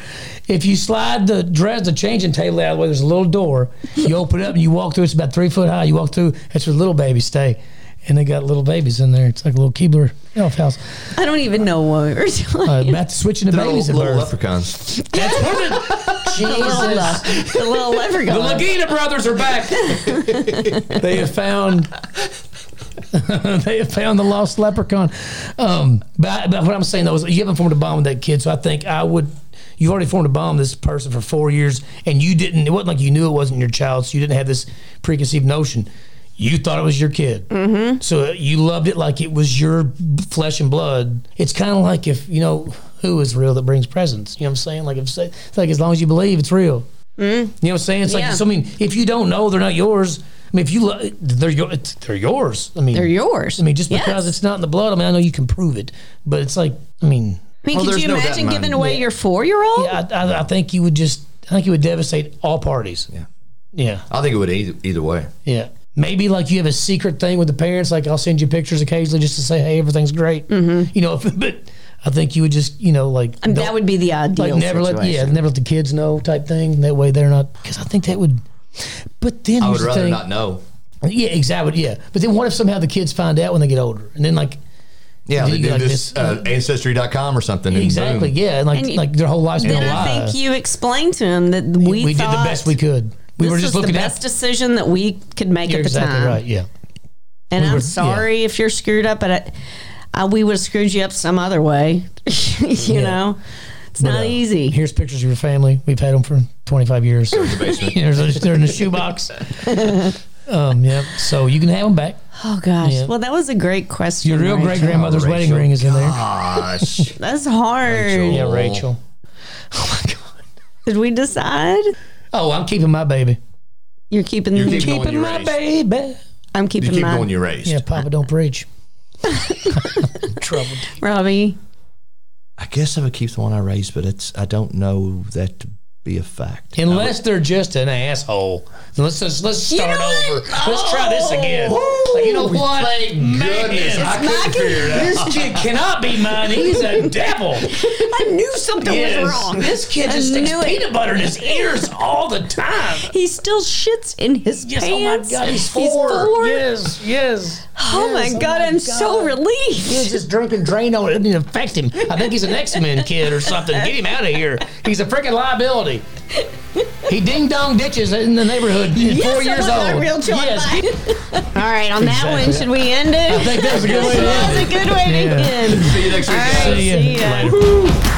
[SPEAKER 2] If you slide the dress, the changing table out of the way, there's a little door. You open it up and you walk through. It's about three foot high. You walk through. That's where little babies stay. And they got little babies in there. It's like a little Keebler elf house.
[SPEAKER 1] I don't even know what we're doing.
[SPEAKER 2] Uh, about switching to
[SPEAKER 3] They're
[SPEAKER 2] babies at
[SPEAKER 3] little, little
[SPEAKER 2] birth.
[SPEAKER 3] leprechauns.
[SPEAKER 2] That's what it- Jesus.
[SPEAKER 1] the uh, little leprechaun.
[SPEAKER 2] The Lagina brothers are back. they have found. they have found the lost leprechaun. Um, but, but what I'm saying though is you haven't formed a bond with that kid, so I think I would. You've already formed a bond with this person for four years, and you didn't. It wasn't like you knew it wasn't your child, so you didn't have this preconceived notion. You thought it was your kid, mm-hmm. so you loved it like it was your flesh and blood. It's kind of like if you know who is real that brings presents. You know what I'm saying? Like if it's like as long as you believe, it's real. You know what I'm saying? It's
[SPEAKER 1] Mm-hmm. Yeah.
[SPEAKER 2] like so. I mean, if you don't know, they're not yours. I mean, if you lo- they're your, it's- they're yours. I mean,
[SPEAKER 1] They're yours.
[SPEAKER 2] I mean, just
[SPEAKER 1] Yes.
[SPEAKER 2] because it's not in the blood. I mean, I know you can prove it, but it's like, I mean,
[SPEAKER 1] I mean,
[SPEAKER 3] Well,
[SPEAKER 1] could
[SPEAKER 3] there's
[SPEAKER 1] you
[SPEAKER 3] no doubt in
[SPEAKER 1] imagine
[SPEAKER 3] my
[SPEAKER 1] giving
[SPEAKER 3] mind.
[SPEAKER 1] away your four year old?
[SPEAKER 2] I, I, I think you would just, I think you would devastate all parties.
[SPEAKER 3] Yeah.
[SPEAKER 2] Yeah,
[SPEAKER 3] I think it would either, either way.
[SPEAKER 2] yeah. Maybe like you have a secret thing with the parents. Like I'll send you pictures occasionally just to say, hey, everything's great. Mm-hmm. You know, but I think you would just, you know, like
[SPEAKER 1] And
[SPEAKER 2] don't-
[SPEAKER 1] that would be the ideal
[SPEAKER 2] like never
[SPEAKER 1] situation.
[SPEAKER 2] let yeah never let the kids know type thing. That way they're not because I think that would. But then
[SPEAKER 3] I
[SPEAKER 2] here's
[SPEAKER 3] would
[SPEAKER 2] the
[SPEAKER 3] rather
[SPEAKER 2] thing.
[SPEAKER 3] not know.
[SPEAKER 2] Yeah, exactly. Yeah, but then what if somehow the kids find out when they get older, and then like
[SPEAKER 3] Yeah,
[SPEAKER 2] You
[SPEAKER 3] they
[SPEAKER 2] could
[SPEAKER 3] do
[SPEAKER 2] like
[SPEAKER 3] this,
[SPEAKER 2] this-
[SPEAKER 3] uh, Ancestry.com or something. and
[SPEAKER 2] exactly,
[SPEAKER 3] boom.
[SPEAKER 2] yeah, and like
[SPEAKER 1] And you-
[SPEAKER 2] like their whole life's been
[SPEAKER 1] Then
[SPEAKER 2] a lie.
[SPEAKER 1] I think you explained to him that we,
[SPEAKER 2] we did
[SPEAKER 1] thought
[SPEAKER 2] the best we could. We
[SPEAKER 1] this
[SPEAKER 2] were just
[SPEAKER 1] was
[SPEAKER 2] looking
[SPEAKER 1] the
[SPEAKER 2] at.
[SPEAKER 1] best decision that we could make
[SPEAKER 2] You're
[SPEAKER 1] at the
[SPEAKER 2] exactly
[SPEAKER 1] time.
[SPEAKER 2] right. Yeah,
[SPEAKER 1] And
[SPEAKER 2] We
[SPEAKER 1] I'm
[SPEAKER 2] were-
[SPEAKER 1] sorry if you're screwed up, but I, I, we would have screwed you up some other way. you know, it's
[SPEAKER 2] But,
[SPEAKER 1] not
[SPEAKER 2] uh,
[SPEAKER 1] easy.
[SPEAKER 2] Here's pictures of your family. We've had them for 25 years. They're in the
[SPEAKER 3] basement.
[SPEAKER 2] they're in a shoebox. um, yeah. So you can have them back.
[SPEAKER 1] Oh gosh.
[SPEAKER 2] Yeah.
[SPEAKER 1] Well, that was a great question.
[SPEAKER 2] Your real
[SPEAKER 1] Rachel.
[SPEAKER 2] great grandmother's wedding
[SPEAKER 3] Rachel.
[SPEAKER 2] ring is in there.
[SPEAKER 3] Gosh.
[SPEAKER 1] That's hard.
[SPEAKER 3] Rachel.
[SPEAKER 2] Yeah,
[SPEAKER 3] Oh.
[SPEAKER 2] Rachel. Oh my god.
[SPEAKER 1] Did we decide?
[SPEAKER 2] Oh, I'm keeping my baby.
[SPEAKER 1] You're keeping.
[SPEAKER 3] You're keeping-
[SPEAKER 2] Keeping
[SPEAKER 3] you
[SPEAKER 2] my
[SPEAKER 3] raised.
[SPEAKER 2] baby.
[SPEAKER 1] I'm
[SPEAKER 3] you
[SPEAKER 1] keeping
[SPEAKER 3] keep
[SPEAKER 1] mine.
[SPEAKER 3] going, you're raised.
[SPEAKER 2] Yeah, Papa, don't preach. Troubled.
[SPEAKER 1] Robbie.
[SPEAKER 3] I guess I would keep the one I raised, but it's I don't know that to be a fact.
[SPEAKER 2] Unless they're just an asshole. Let's just, let's
[SPEAKER 1] You
[SPEAKER 2] start
[SPEAKER 1] know
[SPEAKER 2] over.
[SPEAKER 1] what?
[SPEAKER 2] Let's try this again. Like, you know what?
[SPEAKER 3] goodness, I
[SPEAKER 2] Man,
[SPEAKER 3] couldn't
[SPEAKER 1] my kid.
[SPEAKER 3] figure it out.
[SPEAKER 2] this kid cannot be mine. He's a devil.
[SPEAKER 1] I knew something
[SPEAKER 2] Yes. This kid
[SPEAKER 1] I
[SPEAKER 2] just sticks
[SPEAKER 1] knew it.
[SPEAKER 2] peanut butter in his ears all the time.
[SPEAKER 1] He still shits in his
[SPEAKER 2] Yes, oh my
[SPEAKER 1] pants.
[SPEAKER 2] god, he's four.
[SPEAKER 1] four?
[SPEAKER 2] Yes, yes.
[SPEAKER 1] Oh my
[SPEAKER 2] Yes,
[SPEAKER 1] god, I'm so
[SPEAKER 2] God. He
[SPEAKER 1] relieved.
[SPEAKER 2] was just drinking drain on it. It didn't affect him. I think he's an X Men kid or something. Get him out of here. He's a freaking liability. He ding dong ditches in the neighborhood.
[SPEAKER 1] Yes,
[SPEAKER 2] four
[SPEAKER 1] I
[SPEAKER 2] years
[SPEAKER 1] want my
[SPEAKER 2] old.
[SPEAKER 1] real joy
[SPEAKER 2] yes.
[SPEAKER 1] back. All right, on that one,
[SPEAKER 2] Exactly.
[SPEAKER 1] should we end it?
[SPEAKER 2] I think that's a good way to end
[SPEAKER 1] That's a good way to
[SPEAKER 2] Yeah.
[SPEAKER 1] end.
[SPEAKER 3] See you next week.
[SPEAKER 1] All
[SPEAKER 3] guys.
[SPEAKER 1] right,
[SPEAKER 2] See ya.
[SPEAKER 1] see ya.
[SPEAKER 2] Later.